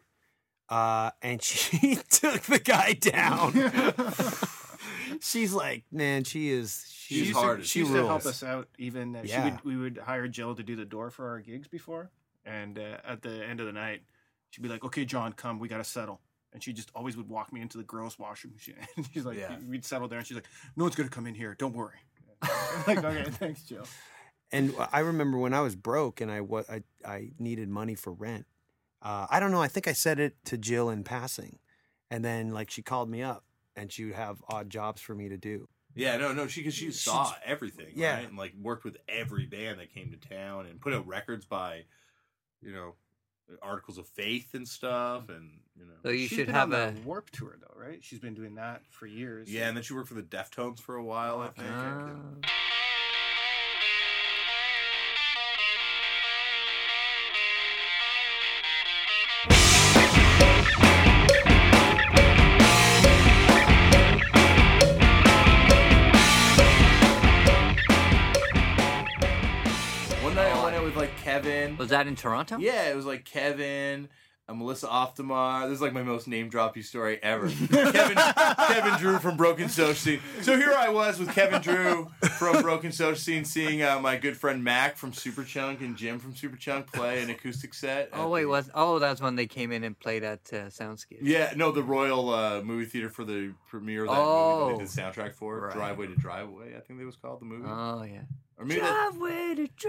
uh, and she took the guy down. She's like, man, she is. She's She's, used hard. To, as she she used to help rules. us out. Even uh, Yeah. she would, we would hire Jill to do the door for our gigs before, and uh, at the end of the night, she'd be like, "Okay, John, come, we gotta settle." And she just always would walk me into the girls' washroom. She, and she's like, Yeah. "We'd settle there," and she's like, "No one's gonna come in here. Don't worry." I'm like, okay, thanks, Jill. And I remember when I was broke and I wa- I, I needed money for rent. Uh, I don't know. I think I said it to Jill in passing, and then like she called me up and she would have odd jobs for me to do. yeah, no, no, she because she saw everything, yeah. right? And like worked with every band that came to town and put out records by, you know, articles of faith and stuff, and you know, So you She's should been have a on the Warp Tour though, right? She's been doing that for years. yeah. And then she worked for the Deftones for a while, I think. Ah. One night I went out with like Kevin. Was that in Toronto? Yeah, it was like Kevin, uh, Melissa Optima. This is like my most name droppy story ever. Kevin, Kevin Drew from Broken Social Scene. So here I was with Kevin Drew from Broken Social Scene, seeing uh, my good friend Mac from Superchunk and Jim from Superchunk play an acoustic set. Oh at wait, the- was oh that's when they came in and played at uh, Soundscape. Yeah, no, the Royal uh, Movie Theater for the premiere of that movie that they did the soundtrack for, Oh. Right. Driveway to Driveway, I think that was called the movie. Oh yeah. or maybe that,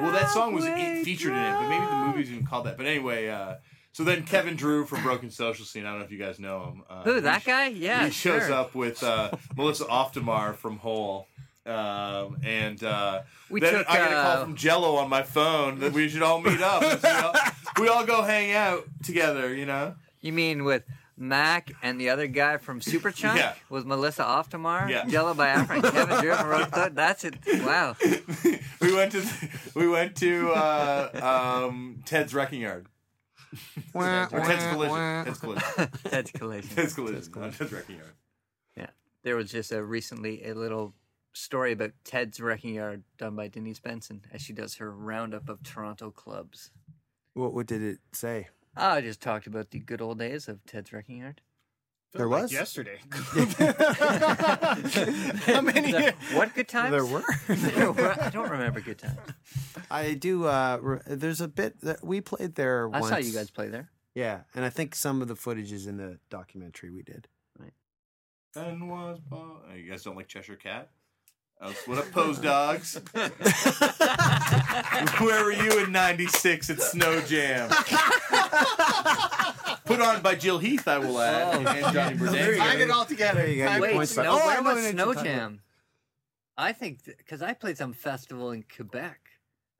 Well, that song was in, featured in it, but maybe the movie's even called that. But anyway, uh, so then Kevin Drew from Broken Social Scene. I don't know if you guys know him. Uh, Who he that sh- guy? Yeah, he shows sure. up with uh, Melissa Oftemar from Hole. Um, and uh, We then took, I got a uh, call from Jello on my phone that we should all meet up. And so we, all, we all go hang out together, you know? You mean with Mac and the other guy from Superchunk Yeah. was Melissa Oftamar, Yeah. Jello by Afrin, Kevin Drew from Road Thug? That's it. Wow. We went to we went to uh, um, Ted's Wrecking Yard. Or Ted's Collision. Ted's Collision. That's collision. Ted's Collision. not Ted's Wrecking Yard. There was just a recently a little story about Ted's Wrecking Yard done by Denise Benson as she does her roundup of Toronto clubs. What what did it say? I just talked about the good old days of Ted's Wrecking Yard. There Like was yesterday. How many? The- what good times? there were. There were- I don't remember good times. I do. Uh, re- there's a bit that we played there. I once. saw you guys play there. Yeah, and I think some of the footage is in the documentary we did. and was bo- Oh, You guys don't like Cheshire Cat? Uh, what up, Pose Dogs? Where were you in '96 at Snow Jam? Put on by Jill Heath, I will add, and Johnny Hang it Burdett. all together. Oh, There you go. Time Wait, points no, up. Oh, I where know was what Snow you're talking Jam? I think because I played some festival in Quebec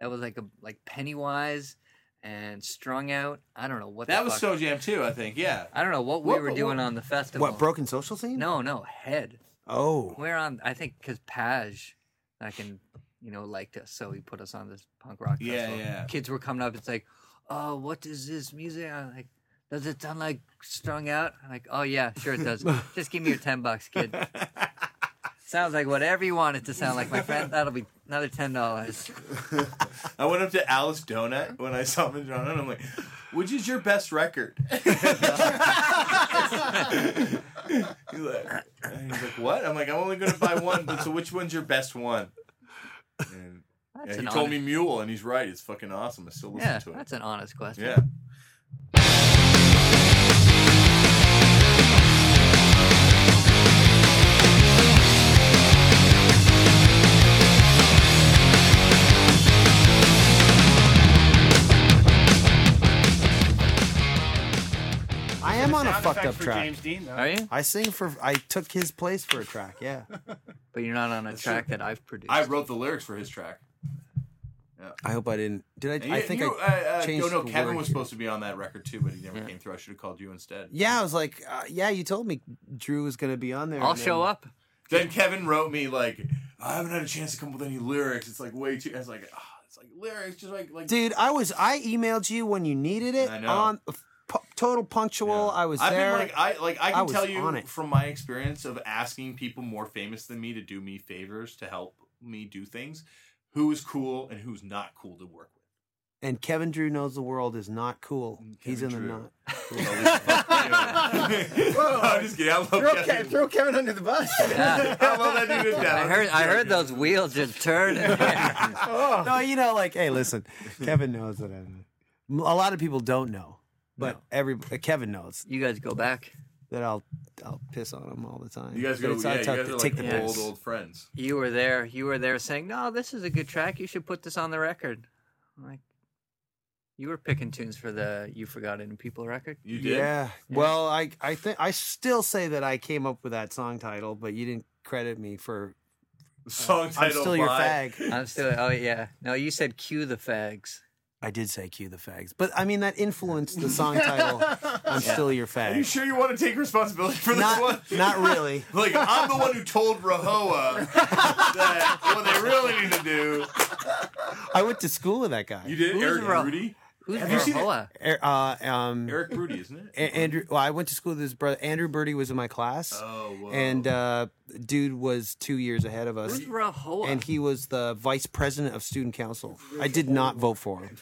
that was like a like Pennywise and Strung Out. I don't know what the That was fuck- Snow Jam too, I think. Yeah. I don't know what we What- were what- doing on the festival. What broken social scene? No, no, head. Oh, We're on. I think because Paj, I can, you know, liked us, so he put us on this punk rock. Yeah, festival. yeah. Kids were coming up. It's like, oh, what is this music? I'm like, does it sound like strung out? I'm like, oh yeah, sure it does. Just give me your ten bucks, kid. Sounds like whatever you want it to sound like, my friend. That'll be Another ten dollars. I went up to Alice Donut when I saw Madonna, and I'm like, "Which is your best record?" he's, like, and he's like, "What?" I'm like, "I'm only going to buy one." But so, which one's your best one? And yeah, he an told me honest- Mule, and he's right. It's fucking awesome. I still listen Yeah, to it. that's an honest question. yeah. I am on a Sound fucked effect up for track. James Dean, though. Are you? I sing for. I took his place for a track. Yeah, But you're not on a track that I've produced. I wrote the lyrics for his track. I hope I didn't. Did I? I You- think you, I uh, uh, changed. No, no, the Kevin word was here. supposed to be on that record too, but he never came through. I should have called you instead. Yeah, I was like, uh, yeah, you told me Drew was gonna be on there. I'll and then- show up. Then Kevin wrote me like, I haven't had a chance to come up with any lyrics. It's like way too. I was like, ah, it's like lyrics, just like like. dude. I was. I emailed you when you needed it. I know. On p- total punctual. I was I've there. been like I like I I can was tell on you it. from my experience of asking people more famous than me to do me favors to help me do things, who is cool and who's not cool to work with. and Kevin Drew knows the world is not cool. He's in Mm, Kevin the Drew. knot. Whoa, I'm just kidding. I love Throw, Ke- Kevin. throw Kevin under the bus. Yeah. I love that dude. to death. I heard. I heard those wheels just turn. Oh. No, you know, like, hey, listen, Kevin knows that. I'm, a lot of people don't know, but every uh, Kevin knows you guys go back. that I'll I'll piss on him all the time. You guys But go. it's Yeah, not you tough guys to are like take the old piss. old friends. You were there. You were there saying, "No, this is a good track. You should put this on the record." I'm like, you were picking tunes for the "You Forgot It in People" record. You did. Yeah. Well, I I think I still say that I came up with that song title, but you didn't credit me for Song I'm title. still your by- fag. I'm still. Oh yeah. No, you said "Cue the fags." I did say cue the fags, but I mean that influenced the song title. I'm still your Are you fag. sure you want to take responsibility for this one? Not not really. Like I'm the one who told Rahoa that what they really need to do. I went to school with that guy. You did Who's Eric Ra- Rudy. Who's Have you seen Verhoa? Er- Uh, um, Eric Rudy, isn't it? A- Andrew. Well, I went to school with his brother. Andrew Birdie was in my class, Oh, whoa. and uh, dude was two years ahead of us. Who's Rahoa? And he was the vice president of student council. I did not vote for him.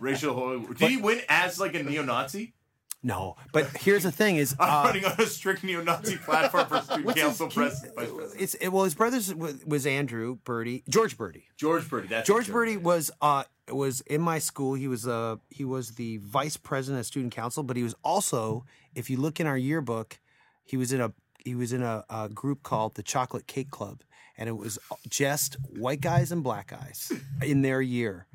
Rachel Hollywood. Did he win as like a neo-Nazi? No, but here's the thing: is I'm uh, running on a strict neo-Nazi platform for student what's his- council he- president, vice president. it's it, well, his brother's wa- was Andrew Birdie, George Birdie. George Birdie. That's George it, Birdie was uh was in my school. He was uh he was the vice president of student council, but he was also, if you look in our yearbook, he was in a he was in a, a group called the Chocolate Cake Club, and it was just white guys and black guys in their year.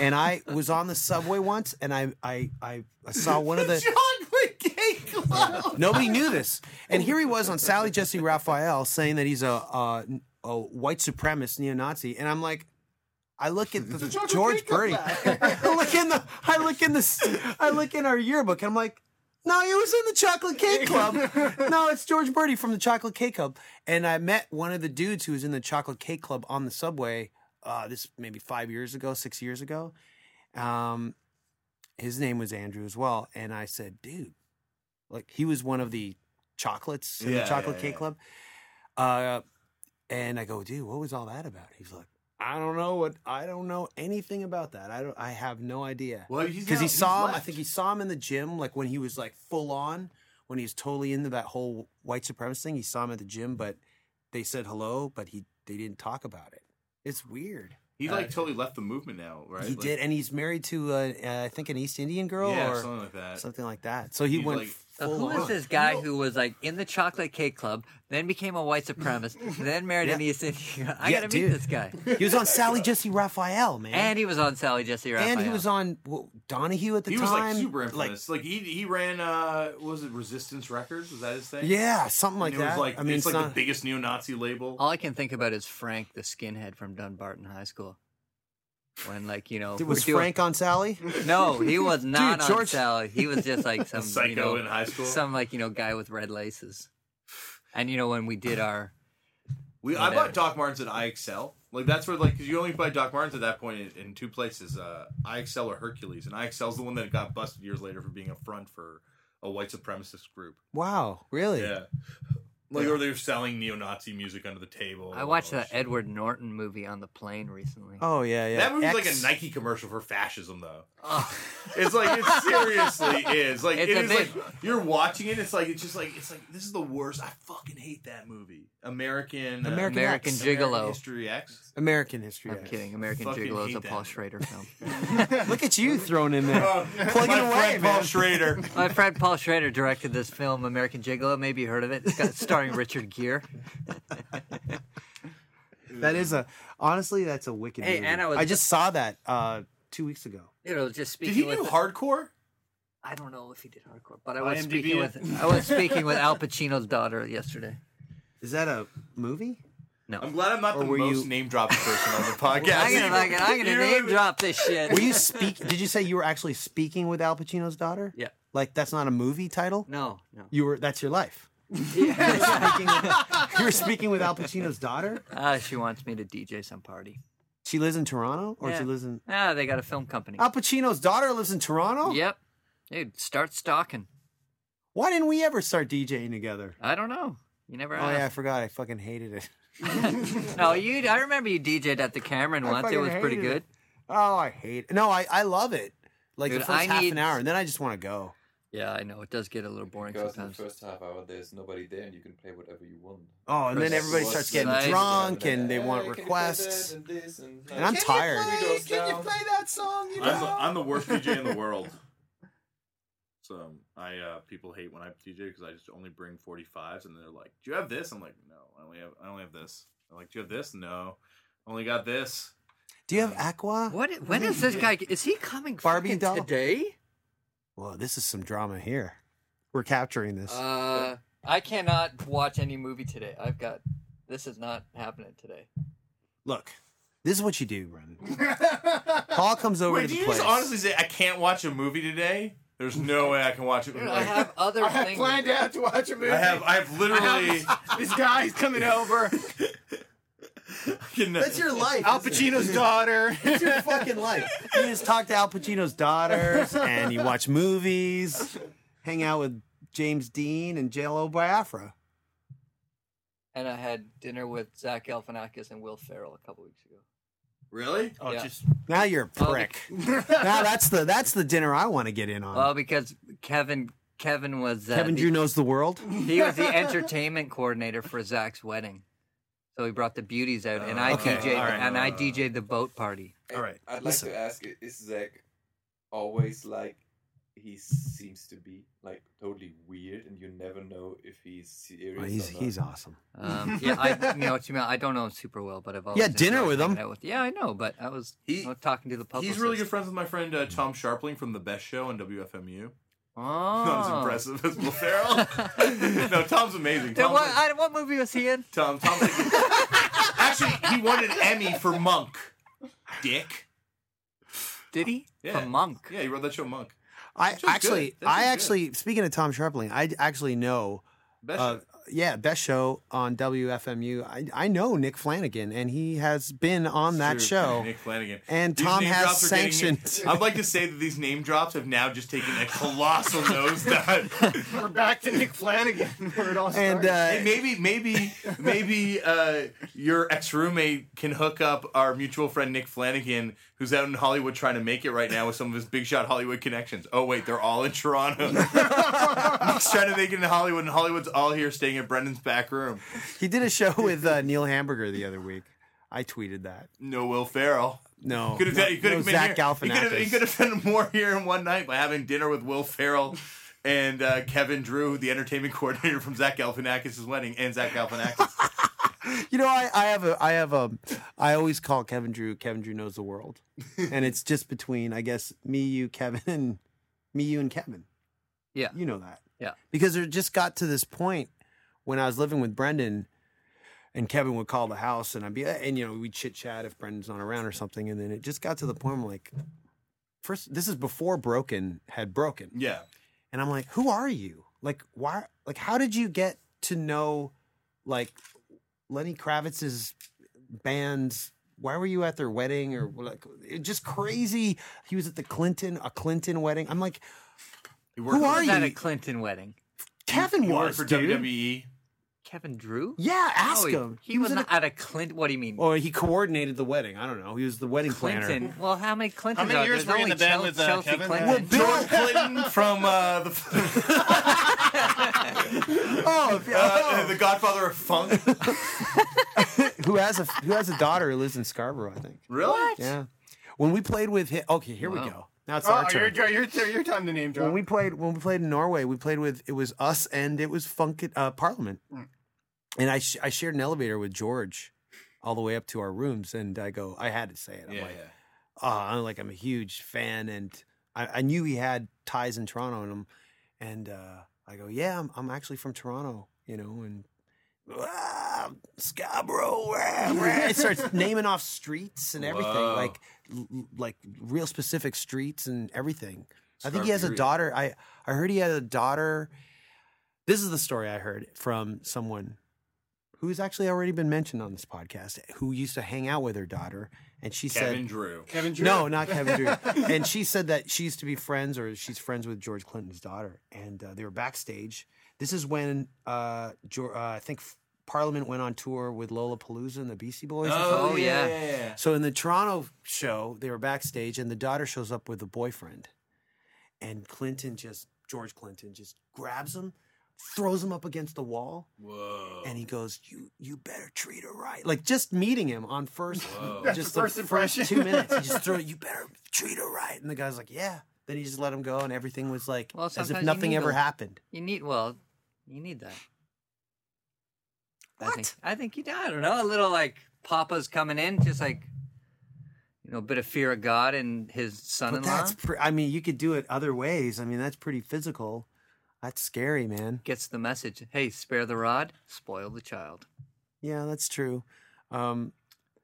And I was on the subway once, and I I I, I saw one of the Chocolate cake club. Nobody knew this. And here he was on Sally Jesse Raphael saying that he's a, a, a white supremacist neo-Nazi, and I'm like, I look at the George Birdie. I look in the I look in the s- I look in our yearbook, and I'm like. No, he was in the Chocolate Cake Club. No, it's George Birdie from the Chocolate Cake Club. And I met one of the dudes who was in the Chocolate Cake Club on the subway. Uh, this maybe five years ago, six years ago. Um, his name was Andrew as well, and I said, "Dude, like he was one of the chocolates in Yeah, the Chocolate yeah, Cake yeah. Club." Uh, and I go, "Dude, what was all that about?" He's like, "I don't know what. I don't know anything about that. I don't. I have no idea." Well, he's because now- he he's saw him. I left. think he saw him in the gym, like when he was like full on, when he was totally into that whole white supremacist thing. He saw him at the gym, but they said hello, but he they didn't talk about it. It's weird. he like totally left the movement now, right? He Like- did, and he's married to uh, uh, I think an East Indian girl Yeah, or something like that. something like that. So he He's went like- Uh, full who on. is this guy who was like in the chocolate cake club, then became a white supremacist, then married an Yeah. East Indian? I Yeah, gotta dude. meet this guy. He was on Sally Jesse Raphael, man, And he was on Sally Jesse Raphael. And he was on well, Donahue at the He time. was like super Like, infamous. Like, he he ran uh what was it Resistance Records? Was that his thing? yeah, something like And it that. was like I mean, it's like not- the biggest neo-Nazi label. All I can think about is Frank, the skinhead from Dunbarton High School. When like you know, Dude, we're was doing- Frank on Sally? No, he was not on George- Sally. He was just like some Psycho you know, in high school. some like you know guy with red laces. And you know when we did our we I bought Doc Martens at IXL. Like that's where like because you only buy Doc Martens at that point in, in two places, uh, IXL or Hercules, and IXL's the one that got busted years later for being a front for a white supremacist group. Wow, really? Yeah. Like, or they're selling neo-Nazi music under the table. I watched Or- that Edward Norton movie on the plane recently. Oh yeah, yeah. That movie's like X- a Nike commercial for fascism, though. Oh. It's like it seriously is. Like It's it's a like big- you're watching it. It's like it's just like it's like this is the worst. I fucking hate that movie. American uh, American American X. Gigolo. History X. American history. I'm X. kidding. American Fucking Gigolo is hate a Paul that. Schrader film. Look at you thrown in there. Plug it away, man. Paul Schrader. My friend Uh, Paul Schrader directed this film, American Gigolo. Maybe you heard of it. It's got starring Richard Gere. that is a honestly, that's a wicked. Hey, movie. and I was- I just saw that uh, two weeks ago. It'll just speak. Did he do hardcore? I don't know if he did hardcore, but I was IMDb speaking it. with I was speaking with Al Pacino's daughter yesterday. Is that a movie? I'm glad I'm not Or the were most you- name dropping person on the podcast. I'm gonna, fucking- I'm You gonna really- name drop this shit. Were you speak? Did you say you were actually speaking with Al Pacino's daughter? Yeah. Like that's not a movie title. No, no. You were. That's your life. you, were speaking with, you were speaking with Al Pacino's daughter. Ah, she wants me to DJ some party. She lives in Toronto, or Yeah. she lives in. Ah, they got a film company. Al Pacino's daughter lives in Toronto. Yep. Dude, start stalking. Why didn't we ever start DJing together? I don't know. You never Oh yeah, I asked. forgot. I fucking hated it. No, you. I remember you DJ'd at the Cameron I once. It fucking was pretty hated good. it. Oh, I hate it. No, I, I love it. Like Dude, the first I half need- an hour, and then I just want to go. Yeah, I know. It does get a little boring Because in the sometimes. first half hour, there's nobody there, and you can play whatever you want. Oh, and then Chris everybody was starts getting nice. drunk, and they Hey, want can you play requests. that and this and- And I'm Can you tired. play- can you play that song? You I'm the, I'm the worst DJ in the world. So I uh, people hate when I DJ because I just only bring 45s and they're like, "Do you have this?" I'm like, "No, I only have I only have this." I'm like, "Do you have this?" No, only got this. Do you have Aqua? What? When is this guy? Is he coming Barbie fucking doll? today? Whoa, this is some drama here. We're capturing this. Uh, I cannot watch any movie today. I've got. This is not happening today. Look, this is what you do, Brendan. Paul comes over Wait, to do the you place. just honestly say I can't watch a movie today? There's no way I can watch it. Dude, I have other I had things. planned out to watch a movie. I have, I have literally. this guy's coming over. I can- That's your life. Al Pacino's daughter. That's your fucking life. You just talk to Al Pacino's daughters, and you watch movies, hang out with James Dean and JLo Biafra. And I had dinner with Zach Galifianakis and Will Ferrell a couple weeks ago. really? Oh, Yeah. just Now you're a Oh, prick. now that's the that's the dinner I want to get in on. Well, because Kevin Kevin was uh, Kevin the- Drew knows the world. he was the entertainment coordinator for Zach's wedding. So he brought the beauties out, and I Okay, DJ'd, all right. and I DJ'd the boat party. Hey, All right, I'd listen. like to ask: i- Is Zach always like he seems to be, like totally weird, and you never know if he's serious? Well, he's or not? he's awesome. Um, yeah, I you know what you mean. I don't know him super well, but I've always Yeah, dinner enjoyed with hanging him. out with- yeah, I know, but I was He- you know, talking to the public. He's really good friends with my friend uh, Tom Sharpling from The Best Show on WFMU. Oh, Not as impressive as Will Ferrell. no, Tom's amazing. Dude, Tom's, what, I, what movie was he in? Tom, Tom's like, actually, he won an Emmy for Monk. Dick. Did he? Yeah. For Monk. Yeah, he wrote that show Monk. I show's actually, good. That I show's actually, speaking of Tom Sharpling, I d- actually know, Best uh, show. yeah, best show on WFMU. I, I know Nick Flanagan, and he has been on that Sure, show. Nick Flanagan. And These Tom name has drops are getting- sanctions. I'd like to say that these name drops have now just taken a colossal nosedive. we're back to Nick Flanagan, where it all And started. Hey, uh, maybe, maybe, maybe uh, your ex roommate can hook up our mutual friend Nick Flanagan, who's out in Hollywood trying to make it right now with some of his big shot Hollywood connections. Oh wait, they're all in Toronto. Nick's trying to make it in Hollywood, and Hollywood's all here staying at Brendan's back room. he did a show with uh, Neil Hamburger the other week. I tweeted that. No Will Ferrell. No, Could have no, done. He could no have been Zach here. He could have, he Galifianakis. could have done more here in one night by having dinner with Will Ferrell. And uh, Kevin Drew, the entertainment coordinator from Zach Galifianakis' wedding, and Zach Galifianakis. You know, I, I have a, I have a, I always call Kevin Drew. Kevin Drew knows the world, and it's just between, I guess, me, you, Kevin, and me, you, and Kevin. Yeah. you know that. Yeah. because it just got to this point when I was living with Brendan, and Kevin would call the house, and I'd be, and you know, we chit chat if Brendan's not around or something, and then it just got to the point I'm like, first, this is before Broken had broken, yeah, and I'm like, who are you? Like, why? Like, how did you get to know, like, Lenny Kravitz's bands? Why were you at their wedding? Or like, it just crazy. He was at the Clinton, a Clinton wedding. I'm like, He Who worked- are Was that you? a Clinton wedding? Kevin He was worked for E. dude. WWE. Kevin Drew? Yeah, ask No, Oh, he- him. He, was, not at a Clint. What do you mean? Or he coordinated the wedding. I don't know. He was the wedding planner. Clinton. Well, how many Clintons many are there? years There's were you in only the band Chel- with, uh, Chelsea Kevin? Clinton. Well, George Clinton from uh, the, Oh, if- uh, the Godfather of Funk. who has a who has a daughter who lives in Scarborough? I think. Really? Yeah. When we played with him, okay, here we go. Now it's our oh, turn. your, your, your, your time to name drop. when we played when we played in Norway, we played with it was us and it was Funk uh, Parliament, and I sh- I shared an elevator with George, all the way up to our rooms, and I go I had to say it. I'm like, "Ah," I'm like I'm a huge fan, and I, I knew he had ties in Toronto, and him, and uh, I go yeah, I'm, I'm actually from Toronto, you know, and. "Ah, Scarborough, rah, rah." it starts naming off streets and everything, Wow. like l- l- like real specific streets and everything. I think he has a Scarperia. daughter. I I heard he had a daughter. This is the story I heard from someone who's actually already been mentioned on this podcast, who used to hang out with her daughter, and she Kevin said. Drew. Kevin Drew. No, not Kevin Drew. and she said that she used to be friends, or she's friends with George Clinton's daughter, and uh, they were backstage. This is when uh, Geor uh, I think Parliament went on tour with Lollapalooza and the Beastie Boys. or something. Oh, yeah. So in the Toronto show, they were backstage, and the daughter shows up with a boyfriend, and Clinton just George Clinton just grabs him, throws him up against the wall, Whoa. and he goes, "You you better treat her right." Like just meeting him on first, just the first first, impression. two minutes, he just throw, "You better treat her right," and the guy's like, "Yeah." Then he just let him go, and everything was like Well, as if sometimes you nothing need ever those. happened. You need well, you need that. I What? think I think you do. I don't know. A little like Papa's coming in, just like you know, a bit of fear of God and his But son-in-law that's, pre- I mean, you could do it other ways. I mean, that's pretty physical. That's scary, man. gets the message. Hey, spare the rod, spoil the child. Yeah, that's true. Um,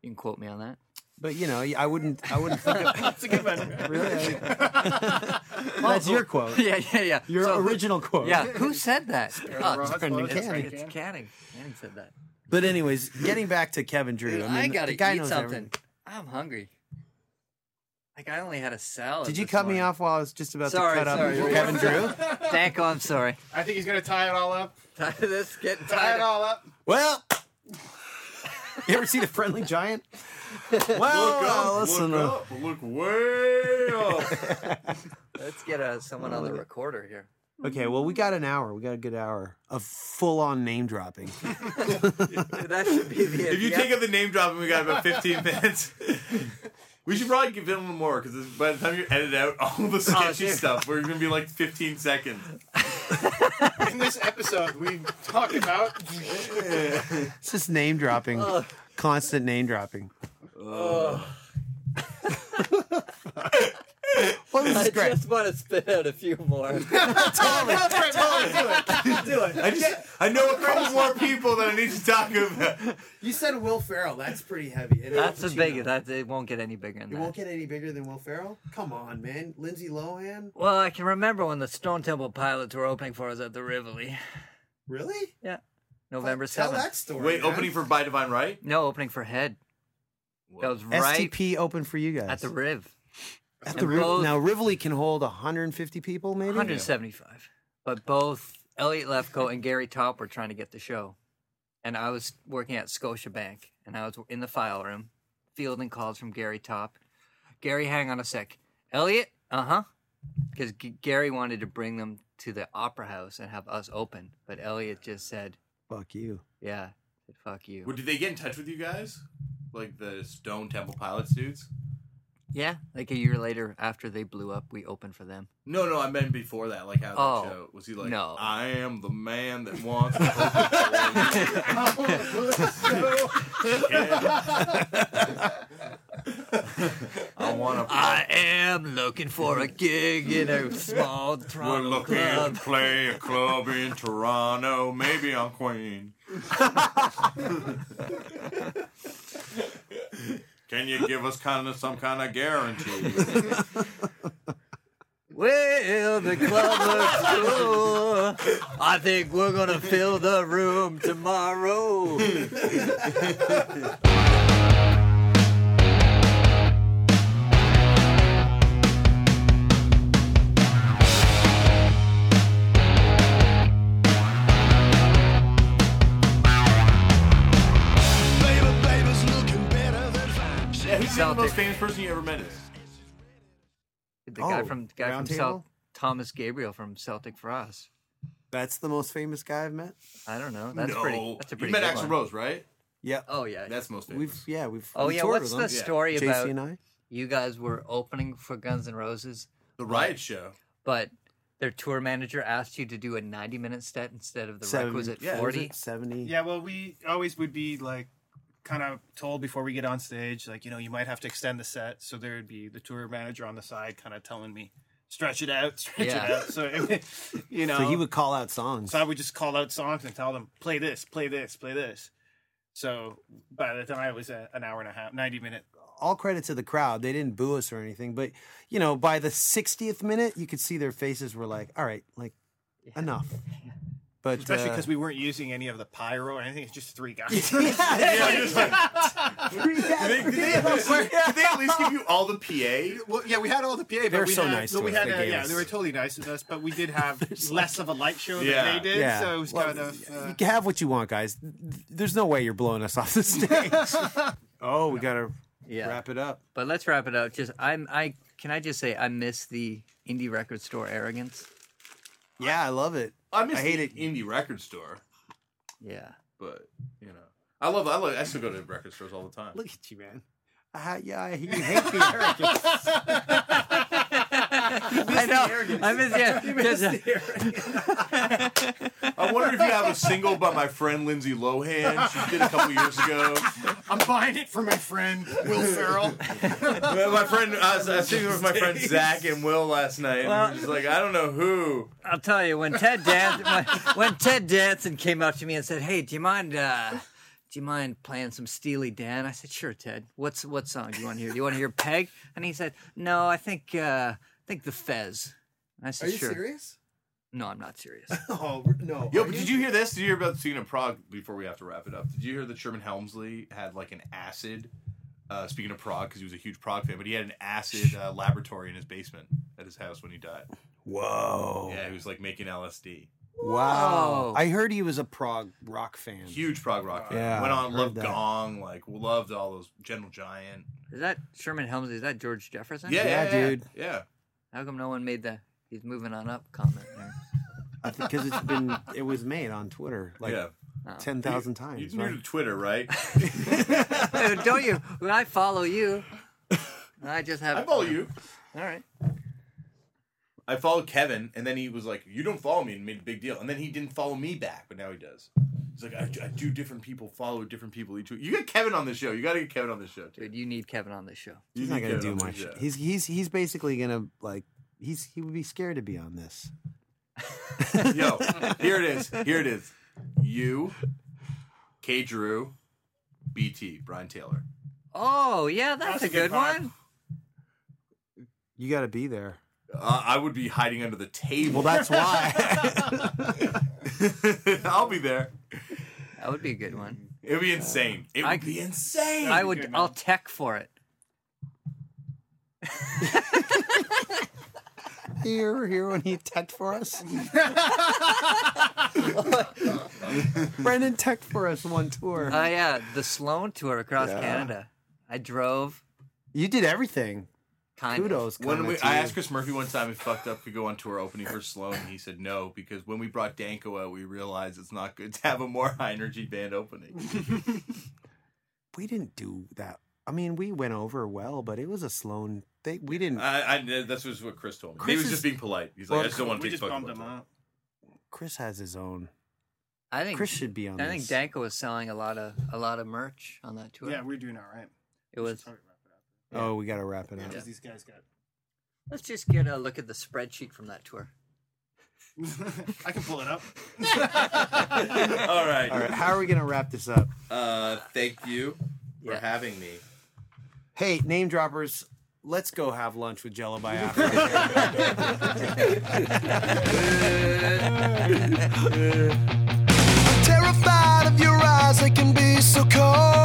You can quote me on that. But you know, I wouldn't. I wouldn't think of That's a good one. really. I- that's your quote. yeah, yeah, yeah. Your So- original quote. Yeah, who said that? the it's rod, Brendan spoil the Canning. child. It's Canning. Canning said that. But anyways, getting back to Kevin Drew. Dude, I I, mean, gotta the guy eat knows something. everything. I'm hungry. Like I only had a salad. Did you this cut me morning. off while I was just about Sorry, to cut up sorry. with Kevin Drew? Danko, I'm sorry. I think he's gonna tie it all up. this getting Tie tired. it all up. Well, you ever see the Friendly Giant? Well, uh, listen. uh, Look up. Look way up. Let's get uh, someone on the recorder here. Okay, well, we got an hour. We got a good hour of full-on name dropping. That should be the. if you yeah. take up the name drop, we got about 15 minutes. We should probably give him more because by the time you edit out all the sketchy dude. stuff, we're gonna be like 15 seconds. In this episode, we talk about. It's just name dropping, constant name dropping. What was this I great? just want to spit out a few more. I just I know a couple more people that I need to talk about. You said Will Ferrell. That's pretty heavy. And That's Al the Pacino. big. That it won't get any bigger than It that. won't get any bigger than Will Ferrell. Come on, man. Lindsay Lohan. well, I can remember when the Stone Temple Pilots were opening for us at the Rivoli, Really? November Tell seventh. that story. Wait, man. opening for By Divine Right? No opening for Head. That was right STP open for you guys at the Riv. At and Riv- both- now Rivoli can hold 150 people, maybe. 175. But both Elliot Lefko and Gary Top were trying to get the show. And I was working at Scotiabank and I was in the file room, fielding calls from Gary Top. Gary, hang on a sec. Elliot? Uh huh. Because G- Gary wanted to bring them to the opera house and have us open. But Elliot just said, Fuck you. yeah, fuck you. Well, did they get in touch with you guys? Like the Stone Temple Pilots dudes? Yeah, like a year later after they blew up, we opened for them. No, no, I meant before that. Like how Oh, the show was he like? no. I am the man that wants. to open for you." I want to. I am looking for a gig in a small We're Toronto looking club. to play a club in Toronto. Maybe on Queen. Can you give us kind of some kind of guarantee? Well, the club looks full. I think we're gonna fill the room tomorrow. say the most Celtic. famous person you ever met is? The guy Oh, from the guy from Round Cel- Table? Thomas Gabriel from Celtic Frost. That's the most famous guy I've met. I don't know. That's no. pretty. That's a you pretty. met good Axl one. Rose, right? Yeah, Oh yeah. That's most famous. we've yeah we've. oh we yeah. toured What's the with him. story JC about and I. you guys were opening for Guns N' Roses, the Riot Show. but their tour manager asked you to do a 90-minute set instead of the Seven- requisite yeah, it was 40? Seventy. Yeah, well, we always would be like kind of told before we get on stage, like, you know, you might have to extend the set. So there would be the tour manager on the side kind of telling me, stretch it out, stretch it Yeah. out. So, it, you know, So he would call out songs. so I would just call out songs and tell them, play this, play this, play this. So by the time it was a, an hour and a half, 90 minute, All credit to the crowd. They didn't boo us or anything, but you know, by the 60th minute, you could see their faces were like, "All right, like enough." But uh, especially because we weren't using any of the pyro or anything. It's just three guys. Yeah, just like, did, they, did they at least, did they at least give you all the PA? Well, yeah, we had all the PA. But They're we so had, nice But to we us. had, They uh, gave yeah, us- they were totally nice to us. But we did have less of a light show Yeah. than they did, Yeah. so it was Well, kind of. Uh, you can have what you want, guys. There's no way you're blowing us off the stage. oh, we gotta Yeah. wrap it up. But let's wrap it up. Just I'm I can I just say I miss the indie record store arrogance. Yeah, I love it. I miss I hate the it. indie record store, Yeah. but you know, I love. I love. I still go to record stores all the time. Look at you, man. Uh, yeah, I- you hate the arrogance. I know. I miss yeah. just, uh, I wonder if you have a single by my friend Lindsay Lohan. She did a couple years ago. I'm buying it for my friend Will Ferrell. Well, my friend, I was, I was singing with my friend Zach and Will last night. and we were just like, I don't know who. I'll tell you when Ted Dan- when, when Ted Danson came up to me and said, "Hey, do you mind uh, do you mind playing some Steely Dan?" I said, "Sure, Ted. What's what song do you want to hear? Do you want to hear Peg?" And he said, "No, I think uh, I think the Fez." And I said, "Sure." serious? No, I'm not serious. Oh no. Yo, but did you hear this? Did you hear about the scene in Prague before we have to wrap it up? Did you hear that Sherman Helmsley had like an acid? Uh, speaking of Prague, because he was a huge Prague fan, but he had an acid uh, laboratory in his basement at his house when he died. Whoa. Yeah, he was like making LSD. Wow. Whoa. I heard he was a prog rock fan. Huge Prague rock fan. Yeah, Went on, heard loved that. Gong, like loved all those General Giant. Is that Sherman Helmsley? Is that George Jefferson? Yeah, Yeah, yeah, yeah. dude. Yeah. How come no one made the he's moving on up comment there? I think because it's been it was made on Twitter like yeah. ten thousand times. You right? knew to Twitter, right? Dude, don't you? When I follow you, I just have. I follow you. All right. I followed Kevin, and then he was like, "You don't follow me," and made a big deal. And then he didn't follow me back, but now he does. He's like, "I, I do different people follow different people each week." You got Kevin on this show. You got to get Kevin on this show. Too. Dude, you need Kevin on this show. You He's need not gonna Kevin do on this much. show. He's he's he's basically gonna like he's he would be scared to be on this. Yo, here it is. Here it is. You, K. Drew, BT, Brian Taylor. Oh yeah, that's, a good, pod. one. You got to be there. Uh, I would be hiding under the table. Well, that's why. I'll be there. That would be a good one. It'd be insane. It would I- be insane. I would. I'll tech for it. you ever hear when he teched for us? Brendan teched for us one tour. Oh yeah, the Sloan tour across Canada. I drove. you did everything. Kind Kudos. When kinda, we, to I you. asked Chris Murphy one time if Fucked Up could go on tour opening for Sloan, and he said no because when we brought Danko out, we realized it's not good to have a more high energy band opening. we didn't do that. I mean, we went over well, but it was a Sloan. They we didn't. I, I this was what Chris told me. Chris he was is- just being polite. He's Well, like, I just don't want to we take just Fucked bummed Up. them on up. Chris has his own. Of, I think Chris should be on. I this. think Danko was selling a lot of a lot of merch on that tour. Yeah, we're doing all right. it was. Sorry about that. Oh, we got to wrap it up. Because these guys got. Let's just get a look at the spreadsheet from that tour. I can pull it up. tour. All right. All right, how are we gonna wrap this up? Uh, thank you for Yeah. having me. Hey, name droppers, let's go have lunch with Jello by Afro. Terrified of your eyes, they can be so cold.